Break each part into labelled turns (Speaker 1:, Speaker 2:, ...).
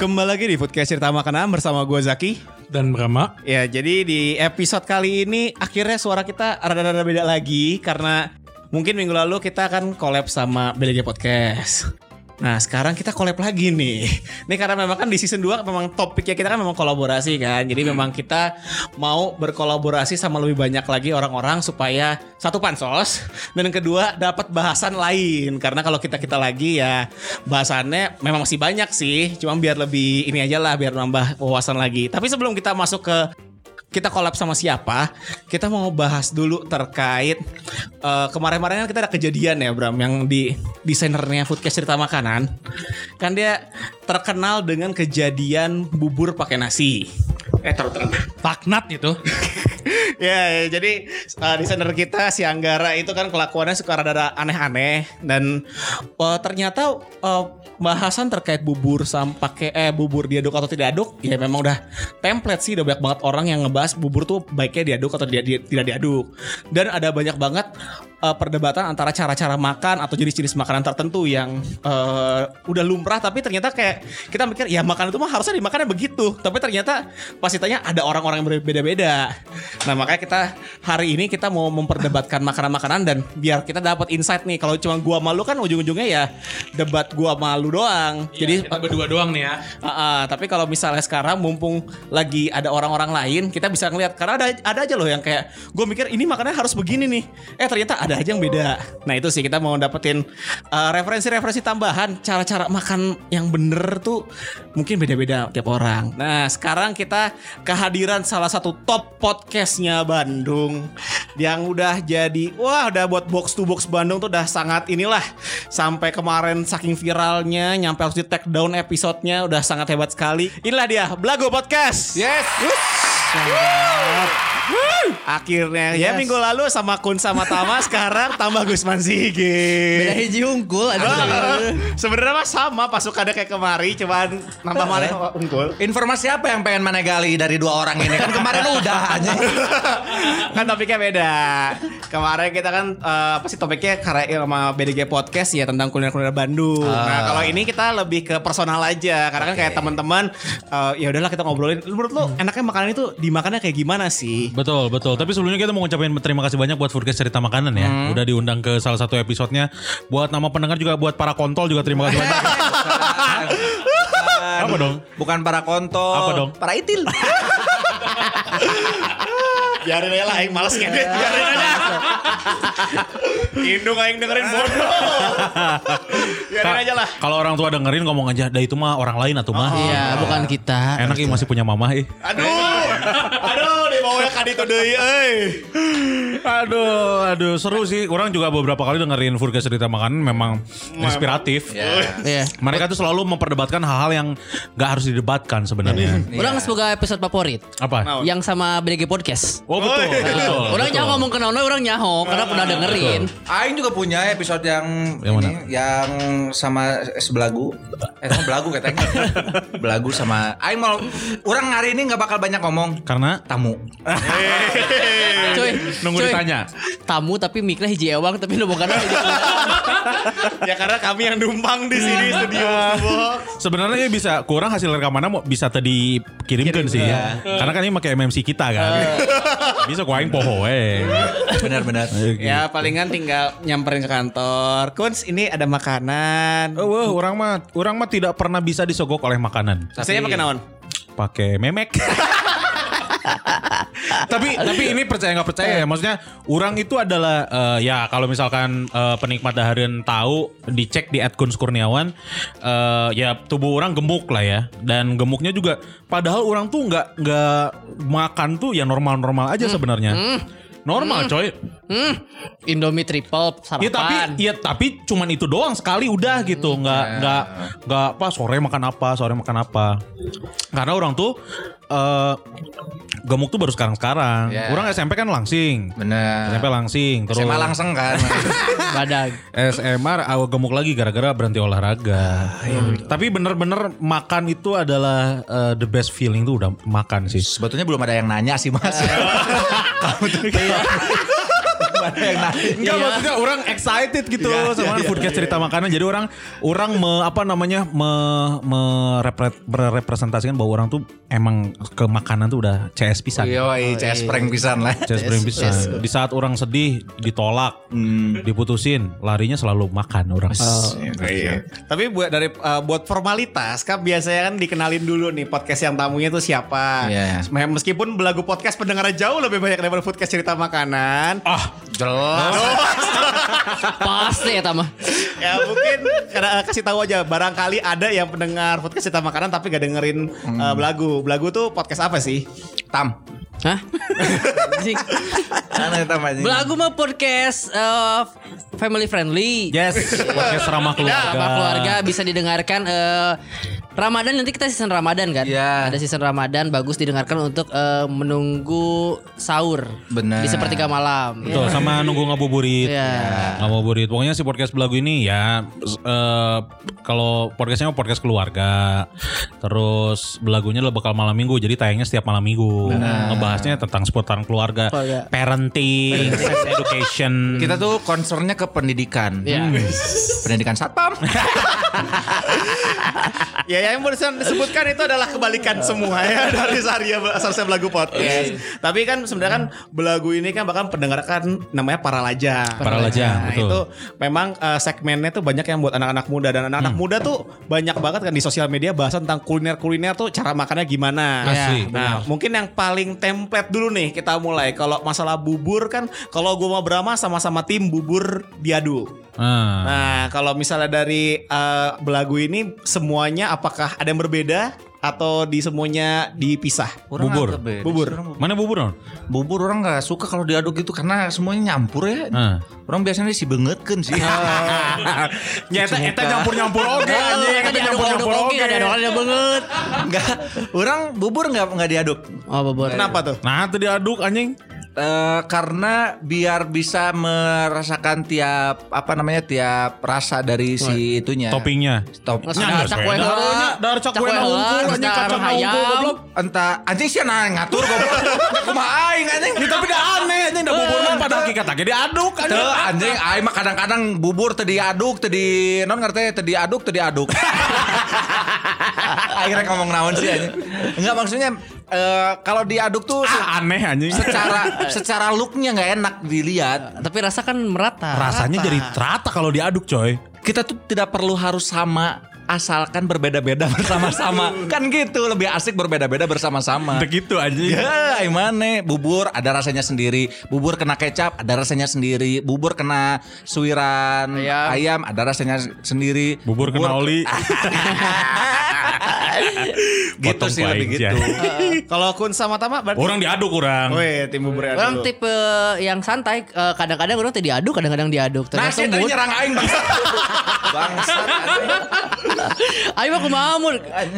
Speaker 1: Kembali lagi di Foodcast Cerita Makanan bersama gue Zaki.
Speaker 2: Dan Brahma,
Speaker 1: Ya, jadi di episode kali ini akhirnya suara kita rada-rada beda lagi karena mungkin minggu lalu kita akan collab sama BDG Podcast. Nah, sekarang kita collab lagi nih. Ini karena memang kan di season 2 memang topiknya kita kan memang kolaborasi kan. Jadi memang kita mau berkolaborasi sama lebih banyak lagi orang-orang supaya satu pansos dan yang kedua dapat bahasan lain. Karena kalau kita-kita lagi ya bahasannya memang masih banyak sih. Cuma biar lebih ini aja lah biar nambah wawasan lagi. Tapi sebelum kita masuk ke kita collab sama siapa? Kita mau bahas dulu terkait eh, kemarin-kemarin kan kita ada kejadian ya Bram yang di desainernya Foodcast cerita makanan. Kan dia terkenal dengan kejadian bubur pakai nasi. Eh terkenal.
Speaker 2: laknat itu.
Speaker 1: Ya, ya, jadi uh, desainer kita si Anggara itu kan kelakuannya suka rada aneh-aneh dan uh, ternyata uh, bahasan terkait bubur sam pakai eh bubur diaduk atau tidak aduk ya memang udah template sih udah banyak banget orang yang ngebahas bubur tuh baiknya diaduk atau dia- dia- tidak diaduk dan ada banyak banget uh, perdebatan antara cara-cara makan atau jenis-jenis makanan tertentu yang uh, udah lumrah tapi ternyata kayak kita mikir ya makan itu mah harusnya dimakannya begitu tapi ternyata pas ditanya ada orang-orang yang berbeda-beda nah makanya kita hari ini kita mau memperdebatkan makanan-makanan dan biar kita dapat insight nih kalau cuma gua malu kan ujung-ujungnya ya debat gua malu doang jadi
Speaker 2: kita berdua doang nih ya.
Speaker 1: Ah, ah, tapi kalau misalnya sekarang mumpung lagi ada orang-orang lain, kita bisa ngelihat karena ada ada aja loh yang kayak gue mikir ini makannya harus begini nih. Eh ternyata ada aja yang beda. Nah itu sih kita mau dapetin eh, referensi-referensi tambahan cara-cara makan yang bener tuh mungkin beda-beda tiap orang. Nah sekarang kita kehadiran salah satu top podcastnya Bandung yang udah jadi wah udah buat box to box Bandung tuh udah sangat inilah sampai kemarin saking viralnya nyampe harus di take down episodenya udah sangat hebat sekali. Inilah dia Blago Podcast.
Speaker 3: Ya.
Speaker 2: Yes.
Speaker 1: Akhirnya ya
Speaker 3: Yes.
Speaker 1: minggu lalu sama Kun sama Tama sekarang tambah Gusman
Speaker 3: Beda
Speaker 1: Sigit.
Speaker 3: hiji unggul
Speaker 1: Ah,
Speaker 3: aduh.
Speaker 1: Sebenarnya mah sama pasukannya kayak kemari cuman nambah mana Oh, unggul.
Speaker 3: Informasi apa yang pengen mana gali dari dua orang ini? Kan kemarin udah aja.
Speaker 1: kan topiknya beda. Kemarin kita kan eh, apa sih topiknya karya sama BDG podcast ya tentang kuliner-kuliner Bandung. Nah, kalau ini kita lebih ke personal aja karena kan kayak teman-teman eh, ya udahlah kita ngobrolin menurut lu enaknya makanan itu dimakannya kayak gimana sih?
Speaker 4: Betul, betul. Tapi sebelumnya kita mau ngucapin terima kasih banyak buat Foodcast Cerita Makanan ya. Udah diundang ke salah satu episodenya. Buat nama pendengar juga, buat para kontol juga terima kasih banyak. Apa dong?
Speaker 3: Bukan para kontol.
Speaker 4: Apa dong?
Speaker 3: Para itil.
Speaker 1: Biarin aja lah, Oh, aing males ngedit. Biarin aja. Indung aing dengerin bodoh. Biarin aja lah.
Speaker 4: Kalau orang tua dengerin ngomong aja, dah itu mah orang lain atau mah.
Speaker 3: Iya,
Speaker 5: Ah,
Speaker 3: bukan kita.
Speaker 4: Enak ya masih punya mama eh.
Speaker 1: Aduh. Aduh, di bawahnya kan itu deui euy.
Speaker 4: Aduh, aduh seru sih. Orang juga beberapa kali dengerin Foodcast Cerita Makanan memang inspiratif.
Speaker 5: Iya.
Speaker 4: Mereka tuh selalu memperdebatkan hal-hal yang nggak harus didebatkan sebenarnya.
Speaker 5: Orang semoga episode favorit
Speaker 4: Apa?
Speaker 5: yang sama BDG Podcast.
Speaker 4: Oh betul, betul.
Speaker 5: orang
Speaker 4: betul.
Speaker 5: nyaho ngomong ke Nono, orang nyaho karena pernah dengerin.
Speaker 3: Aing juga punya episode yang
Speaker 4: Yang mana?
Speaker 3: ini, yang sama sebelagu. Eh, sama belagu katanya. belagu sama Aing mau orang hari ini nggak bakal banyak ngomong.
Speaker 4: Karena
Speaker 3: Tamu.
Speaker 5: Cuy,
Speaker 4: Iya, nunggu
Speaker 5: cuy.
Speaker 4: ditanya.
Speaker 5: Tamu tapi miknya hiji ewang tapi lu bukan hiji
Speaker 1: Ya karena kami yang numpang di sini studio. Box.
Speaker 4: Ah. Sebenarnya ya bisa kurang hasil rekamannya mau bisa tadi kirimkan sih ya.
Speaker 1: Iya.
Speaker 4: Karena kan ini pakai MMC kita kan. bisa ku aing poho gitu. eh.
Speaker 1: Iya.
Speaker 3: Benar-benar.
Speaker 1: Ya
Speaker 5: Iya.
Speaker 1: palingan tinggal nyamperin ke kantor. Kuns ini ada makanan.
Speaker 4: Oh, wah, orang mah orang mah tidak pernah bisa disogok oleh makanan.
Speaker 1: Saya pakai naon?
Speaker 4: Pakai memek. tapi tapi ini percaya nggak percaya ya maksudnya orang itu adalah eh, ya kalau misalkan eh, penikmat daharian tahu dicek di Adkun Kurniawan eh, ya tubuh orang gemuk lah ya dan gemuknya juga padahal orang tuh nggak nggak makan tuh ya normal-normal aja sebenarnya normal coy
Speaker 5: Hmm, Indomie triple
Speaker 1: Ya,
Speaker 5: sarapan.
Speaker 4: Iya tapi iya tapi cuman itu doang sekali udah gitu nggak nggak nggak apa sore makan apa sore makan apa karena orang tuh eh gemuk tuh baru sekarang sekarang
Speaker 3: Ya.
Speaker 4: orang SMP kan langsing
Speaker 3: Nah.
Speaker 4: SMP
Speaker 3: Bener.
Speaker 4: langsing terus
Speaker 3: SMA langsung kan.
Speaker 5: badan.
Speaker 4: SMA awal ah, gemuk lagi gara-gara berhenti olahraga tapi bener-bener makan itu adalah eh, the best feeling tuh udah makan sih
Speaker 3: Sebetulnya belum ada yang nanya sih mas. Kamu tuh Belum ada yang
Speaker 5: Iya.
Speaker 3: nanya.
Speaker 4: Enggak maksudnya orang excited gitu sama foodcast cerita makanan. Jadi orang orang me- apa namanya me, merepre- merepresentasikan bahwa orang tuh emang ke makanan tuh udah CS pisan.
Speaker 5: Iya,
Speaker 3: Yoi,
Speaker 4: iya.
Speaker 3: CS prank pisan lah.
Speaker 4: CS brain pisan. Di saat orang sedih ditolak,
Speaker 3: Hmm.
Speaker 4: diputusin, larinya selalu makan orang.
Speaker 3: Iya.
Speaker 1: Tapi buat dari uh, buat formalitas kan biasanya kan dikenalin dulu nih podcast yang tamunya tuh siapa.
Speaker 3: Iya.
Speaker 1: Me- Meskipun belagu podcast pendengarnya jauh lebih banyak daripada podcast cerita makanan.
Speaker 5: Ah.
Speaker 3: Jelas.
Speaker 5: Pasti ya Tama.
Speaker 1: ya mungkin karena eh, kasih tahu aja barangkali ada yang pendengar podcast cerita makanan tapi gak dengerin
Speaker 5: Hmm.
Speaker 1: uh, belagu. Belagu tuh podcast apa sih?
Speaker 3: Tam.
Speaker 5: Hah? Anjing.
Speaker 3: Sana tam aja.
Speaker 5: Belagu mah podcast eh, family friendly.
Speaker 4: Yes, podcast ramah keluarga.
Speaker 5: Iya. Ya, Sama keluarga bisa didengarkan eh, Ramadan nanti kita season Ramadan kan?
Speaker 3: Iya.
Speaker 5: Ada season Ramadan bagus didengarkan untuk eh, menunggu sahur.
Speaker 3: Benar.
Speaker 5: Di sepertiga malam.
Speaker 4: Betul, sama nunggu ngabuburit.
Speaker 5: Iya.
Speaker 4: Ngabuburit. Pokoknya si podcast belagu ini ya s- eh, kalau podcastnya podcast keluarga. Terus belagunya lo bakal malam minggu, jadi tayangnya setiap malam minggu. Ngebahasnya tentang seputaran keluarga,
Speaker 5: Keluarga.
Speaker 4: parenting, sex education.
Speaker 3: Kita tuh concernnya ke pendidikan. Hmm.
Speaker 5: Hmm. Iya.
Speaker 3: Pendidikan satpam.
Speaker 1: ya yang barusan disebutkan itu adalah kebalikan semua ya dari Saria Sarsa Belagu Podcast. Tapi kan sebenarnya kan Belagu ini kan bahkan pendengar kan namanya para lajang.
Speaker 4: Para lajang,
Speaker 1: Nah,
Speaker 4: betul.
Speaker 1: Itu memang eh, segmennya tuh banyak yang buat anak-anak muda dan anak-anak
Speaker 4: Hmm.
Speaker 1: muda tuh banyak banget kan di sosial media bahasan tentang kuliner-kuliner tuh cara makannya gimana.
Speaker 4: Asli,
Speaker 1: Ya. Nah, mungkin yang paling template dulu nih kita mulai kalau masalah bubur kan kalau gua mau Brahma sama-sama tim bubur diadu.
Speaker 4: Ah.
Speaker 1: Nah, kalau misalnya dari eh, belagu ini semuanya apakah ada yang berbeda atau di semuanya dipisah?
Speaker 4: Bubur.
Speaker 3: agak beda sih,
Speaker 1: Bubur.
Speaker 3: orang bubur.
Speaker 4: Mana bubur non?
Speaker 3: Bubur orang nggak suka kalau diaduk gitu karena semuanya nyampur ya.
Speaker 4: Ah.
Speaker 3: Orang biasanya sih bengetkan sih.
Speaker 4: Ya, eta eta nyampur-nyampur oge
Speaker 1: Iya,
Speaker 5: Kan diaduk-aduk oke, kan diaduk-aduk banget.
Speaker 3: Enggak, orang bubur nggak nggak diaduk.
Speaker 5: Oh, bobot.
Speaker 1: iya. Kenapa tuh?
Speaker 4: Nah, itu diaduk anjing.
Speaker 3: Eh, karena biar bisa merasakan tiap apa namanya tiap rasa dari si itunya.
Speaker 4: Toppingnya.
Speaker 3: Stop.
Speaker 4: Nyangga,
Speaker 5: cak
Speaker 4: Soe.
Speaker 5: kue heula,
Speaker 4: Darunya, dar cak kue na unggul,
Speaker 5: heula,
Speaker 4: anjing,
Speaker 5: cak
Speaker 4: kacang na unggul,
Speaker 5: ayam.
Speaker 4: goblok.
Speaker 3: Entah anjing sih nah ngatur goblok. Kumaha aing anjing.
Speaker 4: Tapi udah aneh anjing udah bubur mah pada hakikatnya diaduk
Speaker 3: Tuh
Speaker 4: anjing.
Speaker 3: anjing aing mah kadang-kadang bubur teu diaduk, teu di non ngerti teu diaduk, teu diaduk. aing rek ngomong naon sih anjing. Enggak maksudnya eh, kalau diaduk tuh se-
Speaker 4: Ah, aneh anjing.
Speaker 3: secara secara looknya nggak enak dilihat.
Speaker 5: Tapi rasa kan merata.
Speaker 4: rasanya jadi rata kalau diaduk coy
Speaker 3: Kita tuh tidak perlu harus sama asalkan berbeda-beda bersama-sama. kan gitu lebih asik berbeda-beda bersama-sama.
Speaker 4: begitu aja
Speaker 3: Ya, gimana? Bubur ada rasanya sendiri. Bubur kena kecap ada rasanya sendiri. Bubur kena suiran
Speaker 5: Ayam.
Speaker 3: ayam, ada rasanya s- sendiri.
Speaker 4: bubur kena oli
Speaker 3: gitu
Speaker 4: potong
Speaker 3: sih
Speaker 4: kuah
Speaker 3: lebih
Speaker 4: aja.
Speaker 3: gitu.
Speaker 1: Eh, Kalau kun sama Tama berarti
Speaker 4: orang diaduk orang
Speaker 1: Weh, tim bubur ya
Speaker 5: Orang
Speaker 1: dulu.
Speaker 5: tipe yang santai, eh, kadang-kadang orang teh diaduk, kadang-kadang diaduk.
Speaker 3: Nah, sih
Speaker 5: Tergantung
Speaker 3: tadi
Speaker 5: mood.
Speaker 3: nyerang aing bangsa. bangsa.
Speaker 5: Ayo aku mau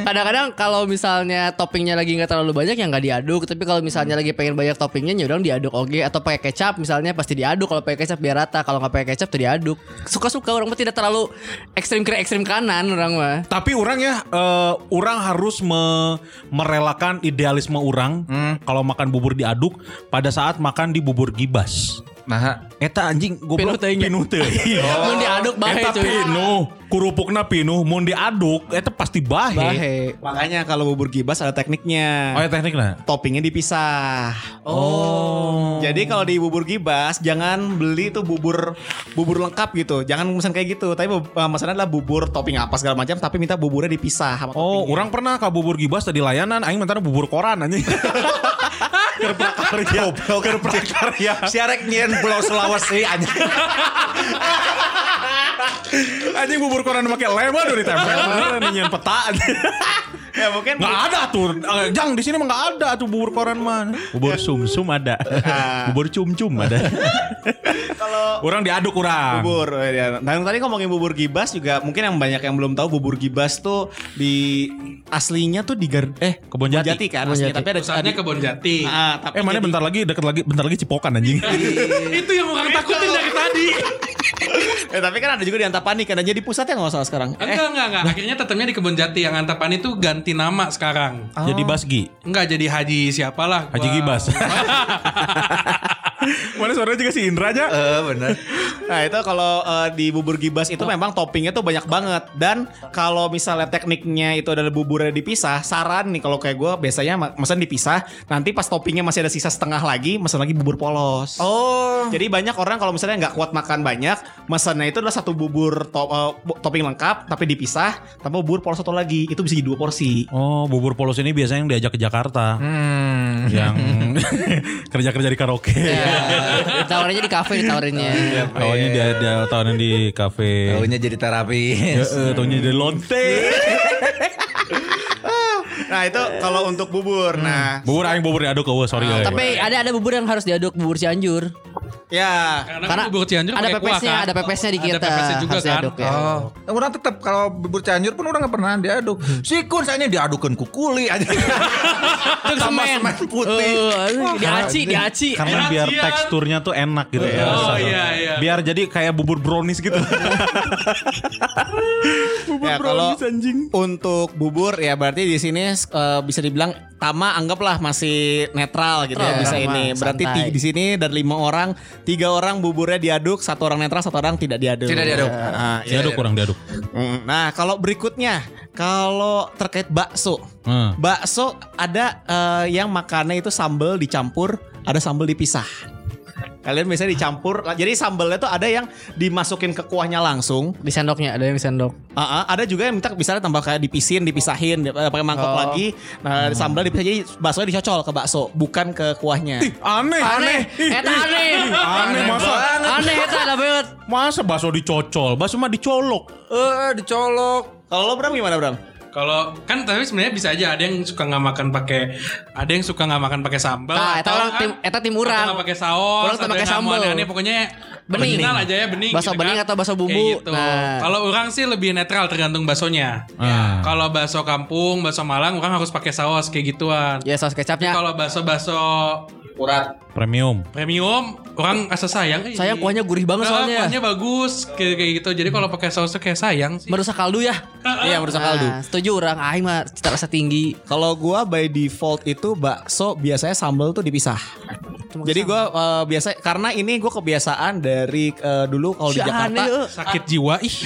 Speaker 5: Kadang-kadang kalau misalnya toppingnya lagi nggak terlalu banyak ya nggak diaduk. Tapi kalau misalnya lagi pengen banyak toppingnya ya udah diaduk oke atau pakai kecap misalnya pasti diaduk. Kalau pakai kecap biar rata. Kalau nggak pakai kecap tuh diaduk. Suka-suka orang mah tidak terlalu ekstrim kiri ekstrim kanan orang mah.
Speaker 4: tapi orang ya eh, orang harus me- merelakan idealisme orang kalau makan bubur diaduk pada saat makan di bubur gibas Iya.
Speaker 3: Nah,
Speaker 4: Eta anjing goblok Oh.
Speaker 5: Pinu teh nya.
Speaker 4: pinu teh.
Speaker 5: Mun diaduk bahe,
Speaker 4: Eta
Speaker 5: cuy.
Speaker 4: pinu, kerupukna pinu, mun diaduk eta pasti bahe.
Speaker 5: Bahe.
Speaker 1: Makanya kalau bubur gibas ada tekniknya.
Speaker 4: Oh ya tekniknya.
Speaker 1: Toppingnya dipisah.
Speaker 4: Oh.
Speaker 1: Jadi kalau di bubur gibas jangan beli tuh bubur bubur lengkap gitu. Jangan pesan kayak gitu. Tapi eh, masalahnya adalah bubur topping apa segala macam tapi minta buburnya dipisah sama
Speaker 4: Oh,
Speaker 1: toppingnya.
Speaker 4: orang pernah ke bubur gibas tadi layanan, aing mentana bubur koran anjing. Kerplak karya, kerplak karya.
Speaker 3: si Arek nyian Pulau Sulawesi anjing.
Speaker 4: Anjing bubur koran pakai lem aduh ditempel. Beneran, Nyian peta anjing.
Speaker 1: ya mungkin
Speaker 4: Nggak ada tuh. Eh, Jang di sini mah nggak ada tuh bubur koran mah. Bubur sumsum ada. bubur cum-cum ada.
Speaker 1: kalau
Speaker 4: orang diaduk orang.
Speaker 1: bubur ya. Dan tadi ngomongin bubur gibas juga mungkin yang banyak yang belum tahu bubur gibas tuh di aslinya tuh di Gar- eh
Speaker 4: Kebon Jati.
Speaker 1: Jati kan aslinya, tapi ada
Speaker 2: Perusahaannya Kebon Jati.
Speaker 1: Ah, tapi
Speaker 4: Eh mana
Speaker 1: jadi-
Speaker 4: bentar lagi deket lagi bentar lagi cipokan anjing.
Speaker 2: itu yang orang takutin dari tadi.
Speaker 1: Eh, tapi kan ada juga di Antapani kan jadi pusat ya nggak masalah sekarang. Eh,
Speaker 2: Enggak, enggak, enggak. Akhirnya tetapnya di Kebon Jati yang Antapani itu ganti nama sekarang.
Speaker 4: Jadi Basgi.
Speaker 2: Enggak jadi Haji siapalah. gua.
Speaker 4: Haji Gibas. Mana suaranya juga si Indra aja.
Speaker 3: Eh bener.
Speaker 1: nah itu kalau eh, di bubur gibas itu memang toppingnya tuh banyak banget dan kalau misalnya tekniknya itu adalah buburnya dipisah, saran nih kalau kayak gue biasanya ma- mesen dipisah, nanti pas toppingnya masih ada sisa setengah lagi, mesen lagi bubur polos.
Speaker 3: Oh.
Speaker 1: Jadi banyak orang kalau misalnya nggak kuat makan banyak, mesennya itu adalah satu bubur to- eh, bu- topping lengkap tapi dipisah, tambah bubur polos satu lagi. Itu bisa jadi dua porsi.
Speaker 4: Oh, bubur polos ini biasanya yang diajak ke Jakarta. Yang kerja-kerja di karaoke.
Speaker 1: Iya.
Speaker 5: Ya, ditawarinnya di kafe ditawarinnya.
Speaker 4: Awalnya dia, dia tahunan di kafe.
Speaker 3: Taunya jadi terapi.
Speaker 4: Ya, eh, Taunya di lonte.
Speaker 1: Nah, itu kalau untuk bubur. Nah,
Speaker 4: bubur aing bubur diaduk oh, sorry. euy.
Speaker 5: Tapi ada ada bubur yang harus diaduk bubur Cianjur.
Speaker 1: ya.
Speaker 2: Karena,
Speaker 5: Karena
Speaker 2: bubur Cianjur
Speaker 5: ada
Speaker 2: pakai kuah
Speaker 5: pepesnya,
Speaker 2: kan.
Speaker 5: ada pepesnya di kita.
Speaker 2: Ada pepesnya juga
Speaker 5: harus
Speaker 2: kan.
Speaker 5: diaduk ya.
Speaker 3: Oh, orang tetap kalau bubur Cianjur pun orang nggak pernah diaduk. Sikun saya diadukan ku kuli aja.
Speaker 5: Itu
Speaker 3: Tambah
Speaker 5: semen.
Speaker 3: semen Oh, putih.
Speaker 5: Eh, di aci, di aci.
Speaker 4: Karena
Speaker 2: Enak
Speaker 4: biar
Speaker 2: sian.
Speaker 4: teksturnya tuh enak gitu ya.
Speaker 2: Oh,
Speaker 4: Rasa-
Speaker 2: iya, iya.
Speaker 4: Biar jadi kayak bubur brownies gitu.
Speaker 1: Ya, kalau untuk bubur ya berarti di sini eh, bisa dibilang Tama anggaplah masih netral gitu ya
Speaker 5: Netral,
Speaker 1: bisa
Speaker 5: Tama,
Speaker 1: ini. Berarti
Speaker 5: santai.
Speaker 1: ti- di sini dari lima orang, tiga orang buburnya diaduk, satu orang netral, satu orang tidak diaduk.
Speaker 3: Tidak diaduk.
Speaker 1: Ah, iya.
Speaker 4: diaduk kurang diaduk.
Speaker 1: Mm, Nah, kalau berikutnya kalau terkait bakso.
Speaker 4: Hmm.
Speaker 1: Bakso ada eh, yang makannya itu sambal dicampur, ada sambal dipisah. Kalian biasanya dicampur. Jadi sambalnya tuh ada yang dimasukin ke kuahnya langsung.
Speaker 5: Di sendoknya, ada yang di sendok.
Speaker 1: Ah, ah, ada juga yang minta misalnya tambah kayak dipisin, dipisahin, eh, pakai mangkok
Speaker 5: Oh.
Speaker 1: lagi. Nah, sambalnya dipisah jadi baksonya dicocol ke bakso, bukan ke kuahnya.
Speaker 4: Aneh.
Speaker 5: Aneh, eta aneh.
Speaker 4: Aneh masa
Speaker 5: Aneh eta ada banget.
Speaker 4: masa bakso dicocol, bakso mah dicolok.
Speaker 3: Eh, dicolok.
Speaker 1: Kalau lo Bram gimana Bram?
Speaker 2: Kalau kan tapi sebenarnya bisa aja ada yang suka nggak makan pakai ada yang suka nggak makan pakai sambal.
Speaker 5: Nah, eta
Speaker 2: atau
Speaker 5: orang
Speaker 2: kan
Speaker 5: tim- eta tim urang.
Speaker 2: atau nggak pakai saus.
Speaker 5: Orang tuh
Speaker 2: atau
Speaker 5: pakai
Speaker 2: yang
Speaker 5: sambal.
Speaker 2: aneh-aneh, pokoknya
Speaker 5: Bening.
Speaker 2: original aja ya bening.
Speaker 5: Bakso bening atau bakso bumbu.
Speaker 2: Kayak gitu.
Speaker 5: Nah.
Speaker 2: Kalau orang sih lebih netral tergantung baksonya. Ya,
Speaker 4: Ah.
Speaker 2: Kalau bakso kampung, bakso Malang orang harus pakai saus kayak gituan.
Speaker 5: Ya saus
Speaker 2: Tapi
Speaker 5: kecapnya.
Speaker 2: Kalau bakso-bakso
Speaker 3: Urat.
Speaker 4: Premium.
Speaker 2: premium, orang asa sayang. eh.
Speaker 1: Iya.
Speaker 5: Sayang kuahnya gurih banget
Speaker 2: Ah,
Speaker 5: soalnya.
Speaker 2: Kuahnya bagus kayak kayak gitu. Jadi kalau pakai saus tuh kayak sayang sih.
Speaker 5: Merusak kaldu ya.
Speaker 1: Iya, merusak kaldu.
Speaker 5: Nah, setuju orang aing mah cita rasa tinggi.
Speaker 1: Kalau gua by default itu bakso biasanya sambal tuh dipisah.
Speaker 5: Cuma
Speaker 1: Jadi
Speaker 5: kesam-
Speaker 1: gua eh, biasa karena ini gua kebiasaan dari eh, dulu kalau di
Speaker 5: Si aneh,
Speaker 1: Jakarta
Speaker 5: eh.
Speaker 2: sakit jiwa ih.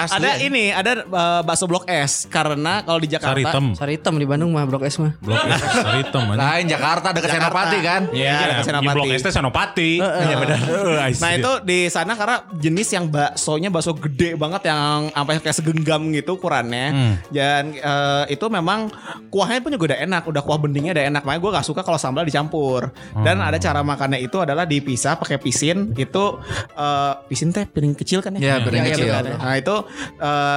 Speaker 1: ada ini ada eh, bakso blok S karena kalau di Jakarta
Speaker 4: Sari hitam.
Speaker 5: Sari hitam di Bandung mah Blok S mah.
Speaker 4: Blok S sari hitam anjing.
Speaker 3: Lain Jakarta dekat
Speaker 1: Jakarta.
Speaker 3: Senopati kan.
Speaker 1: Iya, ada
Speaker 4: Iya,
Speaker 1: Senopati.
Speaker 4: di Blok S teh Senopati. Iya benar. Eh, I see.
Speaker 1: Nah itu di sana karena jenis yang baksonya bakso gede banget yang sampai kayak segenggam gitu ukurannya.
Speaker 3: Hmm.
Speaker 1: Dan eh, itu memang kuahnya pun juga udah enak, udah kuah beningnya udah enak. Makanya gue gak suka kalau sambal dicampur. Dan
Speaker 3: Hmm.
Speaker 1: ada cara makannya itu adalah dipisah pakai pisin. Itu eh, pisin teh piring kecil kan ya?
Speaker 3: Iya, piring
Speaker 1: Iya,
Speaker 3: kecil.
Speaker 1: kan ya? Nah itu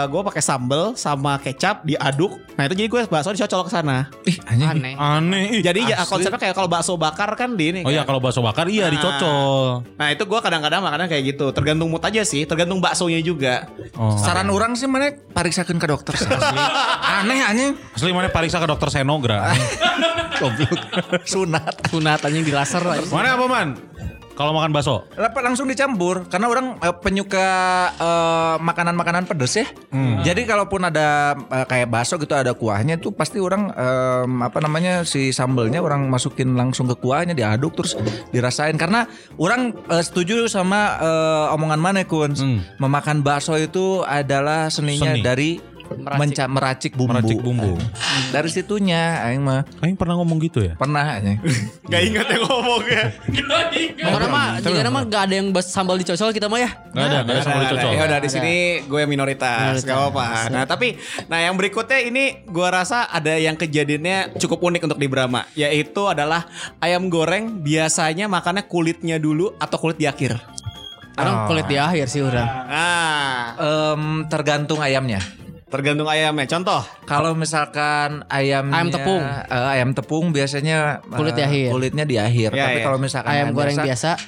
Speaker 1: gue pakai sambal sama kecap diaduk. Nah itu jadi gue bakso dicocol ke sana.
Speaker 5: Aneh.
Speaker 4: aneh. ih,
Speaker 1: Jadi ya,
Speaker 4: asli.
Speaker 1: konsepnya kayak kalau bakso bakar kan di ini.
Speaker 4: Oh
Speaker 1: kan?
Speaker 4: iya kalau bakso bakar iya
Speaker 1: Nah.
Speaker 4: dicocol.
Speaker 1: Nah itu gue kadang-kadang makannya kayak gitu Tergantung mood aja sih Tergantung baksonya juga
Speaker 4: Oh.
Speaker 3: Saran orang sih mana pariksakeun ke dokter. Aneh anjing.
Speaker 4: Asli mana pariksa ke dokter Senogra.
Speaker 3: Goblok. Sunat.
Speaker 5: Sunat anjing di laser anjing.
Speaker 4: mana apa man? Kalau makan bakso.
Speaker 3: Lapa- langsung dicampur karena orang eh, penyuka eh, makanan-makanan pedes ya.
Speaker 4: Hmm.
Speaker 3: Jadi kalaupun ada eh, kayak bakso gitu ada kuahnya tuh pasti orang em, apa namanya si sambelnya orang masukin langsung ke kuahnya diaduk terus dirasain karena orang eh, setuju sama eh, omongan mana Kun. Memakan bakso itu adalah seninya
Speaker 4: Hmm. Seni.
Speaker 3: dari
Speaker 5: Meracik.
Speaker 3: menca- meracik bumbu.
Speaker 4: Meracik bumbu.
Speaker 3: Dari situnya aing mah
Speaker 4: Aing pernah ngomong gitu ya?
Speaker 3: pernah aja.
Speaker 1: Gak
Speaker 4: Hmm.
Speaker 1: inget yang ngomongnya
Speaker 5: Orang mah jadi mah gak ada yang bas- sambal dicocol kita mah ya.
Speaker 4: Gak ada, gak ada sambal dicocol.
Speaker 1: Ya udah di sini gue minoritas,
Speaker 5: Minoritas.
Speaker 1: gak apa-apa. Nah tapi, nah yang berikutnya ini gue rasa ada yang kejadiannya cukup unik untuk di Brahma, yaitu adalah ayam goreng biasanya makannya kulitnya dulu atau kulit di akhir. Oh.
Speaker 5: Orang kulit di akhir sih orang.
Speaker 1: Nah,
Speaker 4: Ah.
Speaker 3: Em, tergantung ayamnya.
Speaker 1: Tergantung ayamnya. Contoh,
Speaker 3: Kalau misalkan ayamnya
Speaker 5: Ayam tepung.
Speaker 3: eh, ayam tepung biasanya eh,
Speaker 5: Kulit di akhir.
Speaker 3: Kulitnya di akhir.
Speaker 1: Ya,
Speaker 3: Tapi
Speaker 1: ya.
Speaker 3: kalau misalkan
Speaker 5: Ayam goreng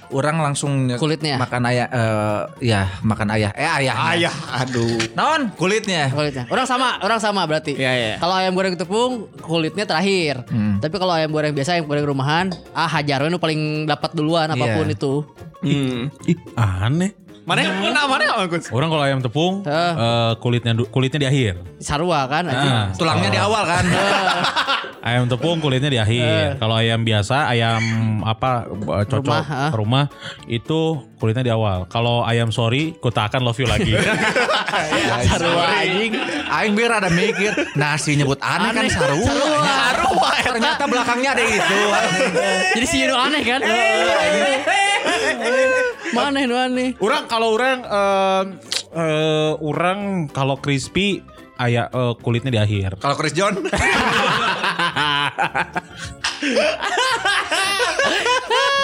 Speaker 3: orang langsung nye-
Speaker 5: Kulitnya.
Speaker 3: makan ayah eh, ya makan ayah. Eh ayah.
Speaker 4: Nah.
Speaker 1: ayah. Aduh.
Speaker 3: Non kulitnya.
Speaker 5: kulitnya. Orang sama, orang sama berarti.
Speaker 1: Iya, iya. Hmm.
Speaker 5: Kalau ayam goreng tepung kulitnya terakhir. Tapi kalau ayam goreng biasa ayam goreng rumahan, ah hajarnya nu paling dapat duluan apapun
Speaker 3: Iya.
Speaker 5: itu.
Speaker 1: Hmm.
Speaker 4: Ih, aneh.
Speaker 1: Mana yang mana mana yang bagus?
Speaker 4: Orang kalau ayam tepung
Speaker 5: Heeh.
Speaker 4: eh, kulitnya du- kulitnya di akhir.
Speaker 5: Sarua kan anjing.
Speaker 4: Ah.
Speaker 3: Tulangnya di awal kan.
Speaker 4: Ayam tepung kulitnya di akhir. Kalau ayam biasa, ayam apa eh, cocok
Speaker 5: Rumah,
Speaker 4: rumah,
Speaker 5: ah.
Speaker 4: itu kulitnya di awal. Kalau ayam sorry, kita akan love you lagi.
Speaker 5: Sarua anjing.
Speaker 3: Aing biar ada mikir nasi nyebut aneh, kan
Speaker 5: Aneh.
Speaker 3: sarua.
Speaker 5: Sarua.
Speaker 3: Sarua. Ternyata belakangnya ada itu.
Speaker 5: Jadi si Yuno aneh kan? Mana Yuno aneh?
Speaker 4: orang kalau orang eh, eh, orang kalau crispy ayam kulitnya di akhir.
Speaker 3: Kalau Chris John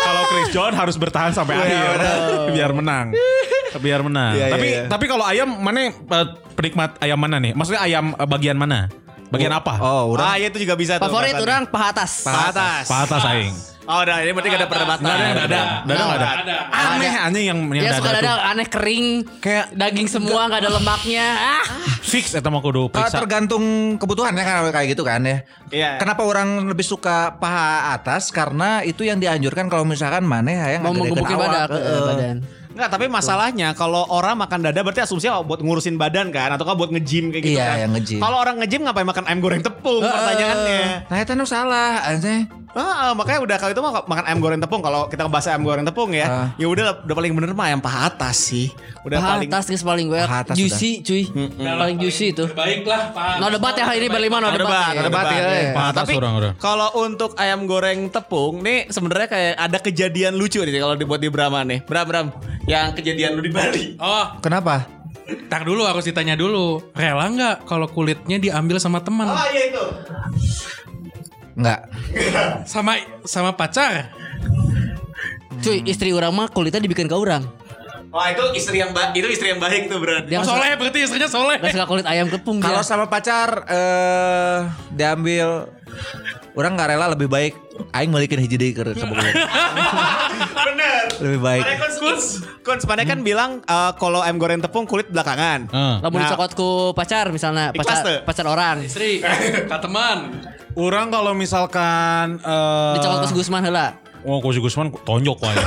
Speaker 4: kalau Chris John harus bertahan sampai akhir biar menang biar menang
Speaker 1: Iya, iya,
Speaker 4: tapi
Speaker 1: iya.
Speaker 4: tapi kalau ayam mana eh, penikmat ayam mana nih maksudnya ayam eh, bagian mana bagian apa
Speaker 3: Oh
Speaker 1: Ah,
Speaker 3: udah
Speaker 1: iya itu juga bisa tuh.
Speaker 5: Favorit
Speaker 1: bahkan.
Speaker 5: orang paha atas.
Speaker 1: Paha atas.
Speaker 4: Paha atas aing.
Speaker 1: Oh, udah ini berarti gak ada perdebatan.
Speaker 4: Nggak ada yang dada. Dada nggak ada.
Speaker 1: Ada.
Speaker 4: Aneh aneh yang yang
Speaker 5: Ya
Speaker 4: dada.
Speaker 5: suka
Speaker 4: Iya, tuh.
Speaker 5: dadang aneh kering, kayak daging semua nggak ada lemaknya. Ah,
Speaker 4: Fix atau mau kudu
Speaker 3: Ah,
Speaker 4: periksa.
Speaker 3: tergantung kebutuhannya kan kayak gitu kan ya.
Speaker 1: Iya.
Speaker 3: Kenapa orang lebih suka paha atas? Karena itu yang dianjurkan kalau misalkan maneh ya, yang
Speaker 5: mau menggebukin badak eh, badan.
Speaker 1: Enggak, tapi masalahnya kalau orang makan dada berarti asumsinya buat ngurusin badan kan atau kan buat nge-gym kayak gitu
Speaker 3: Iya,
Speaker 1: kan.
Speaker 3: yang nge-gym.
Speaker 1: Kalau orang nge-gym ngapain makan ayam goreng tepung pertanyaannya.
Speaker 3: Nah itu nu salah aneh.
Speaker 1: Ah, ah, makanya udah kalau itu mah makan ayam goreng tepung kalau kita bahas ayam goreng tepung ya.
Speaker 3: Ah.
Speaker 1: Ya udah udah paling bener mah ayam paha atas sih. Udah
Speaker 5: paha
Speaker 1: paling
Speaker 5: atas guys paling gue
Speaker 3: Paha atas
Speaker 5: juicy cuy paling juicy itu
Speaker 2: Baiklah, Pak.
Speaker 5: no debat ya hari ini berlima no
Speaker 1: Ada debat,
Speaker 5: debat
Speaker 1: ada debat ya.
Speaker 4: Paha
Speaker 1: Nah,
Speaker 4: atas
Speaker 1: tapi
Speaker 4: orang-orang.
Speaker 1: kalau untuk ayam goreng tepung nih sebenarnya kayak ada kejadian lucu nih kalau dibuat di Brahma nih. Bram Bram, yang kejadian lu di Bali.
Speaker 2: Oh,
Speaker 3: Kenapa?
Speaker 2: tar dulu harus ditanya dulu. Rela nggak kalau kulitnya diambil sama teman?
Speaker 1: iya itu.
Speaker 3: Enggak.
Speaker 5: Iya.
Speaker 2: Sama sama pacar?
Speaker 5: cuy istri orang mah kulitnya dibikin ke orang
Speaker 1: Wah, Oh, itu istri yang ba- itu istri yang baik tuh, Bro.
Speaker 5: dia
Speaker 2: Oh,
Speaker 5: nggak
Speaker 2: soleh berarti istrinya soleh.
Speaker 5: suka- nggak suka kulit ayam tepung dia.
Speaker 3: Kalau sama pacar eh diambil orang nggak rela lebih baik aing milikin hiji deui ke sebelum.
Speaker 1: Bener.
Speaker 3: Lebih baik.
Speaker 1: Padahal kan Kuns, Kuns, padahal kan bilang eh, kalau ayam goreng tepung kulit belakangan.
Speaker 4: Eh,
Speaker 5: lamun
Speaker 1: Nah.
Speaker 5: dicokotku pacar misalnya
Speaker 1: Ikhlas
Speaker 5: pacar
Speaker 1: tuh.
Speaker 5: pacar orang
Speaker 2: Istri, ke teman.
Speaker 4: orang kalau misalkan eh
Speaker 5: dicokot ke si Gusman heula
Speaker 4: Oh, Coach Gusman tonjok wae.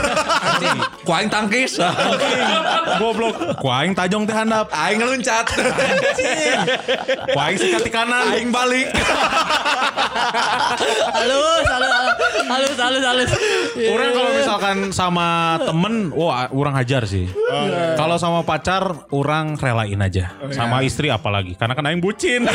Speaker 3: Ku aing tangkis.
Speaker 4: Goblok. Ku aing tajong teh handap.
Speaker 3: aing ngeluncat.
Speaker 4: Ku aing sikat di kanan.
Speaker 3: aing balik.
Speaker 5: halus halus halus halus halus
Speaker 4: Orang kalau misalkan sama temen, wah orang hajar sih. Kalau sama pacar, orang relain aja. Sama istri apalagi, karena kan aing bucin.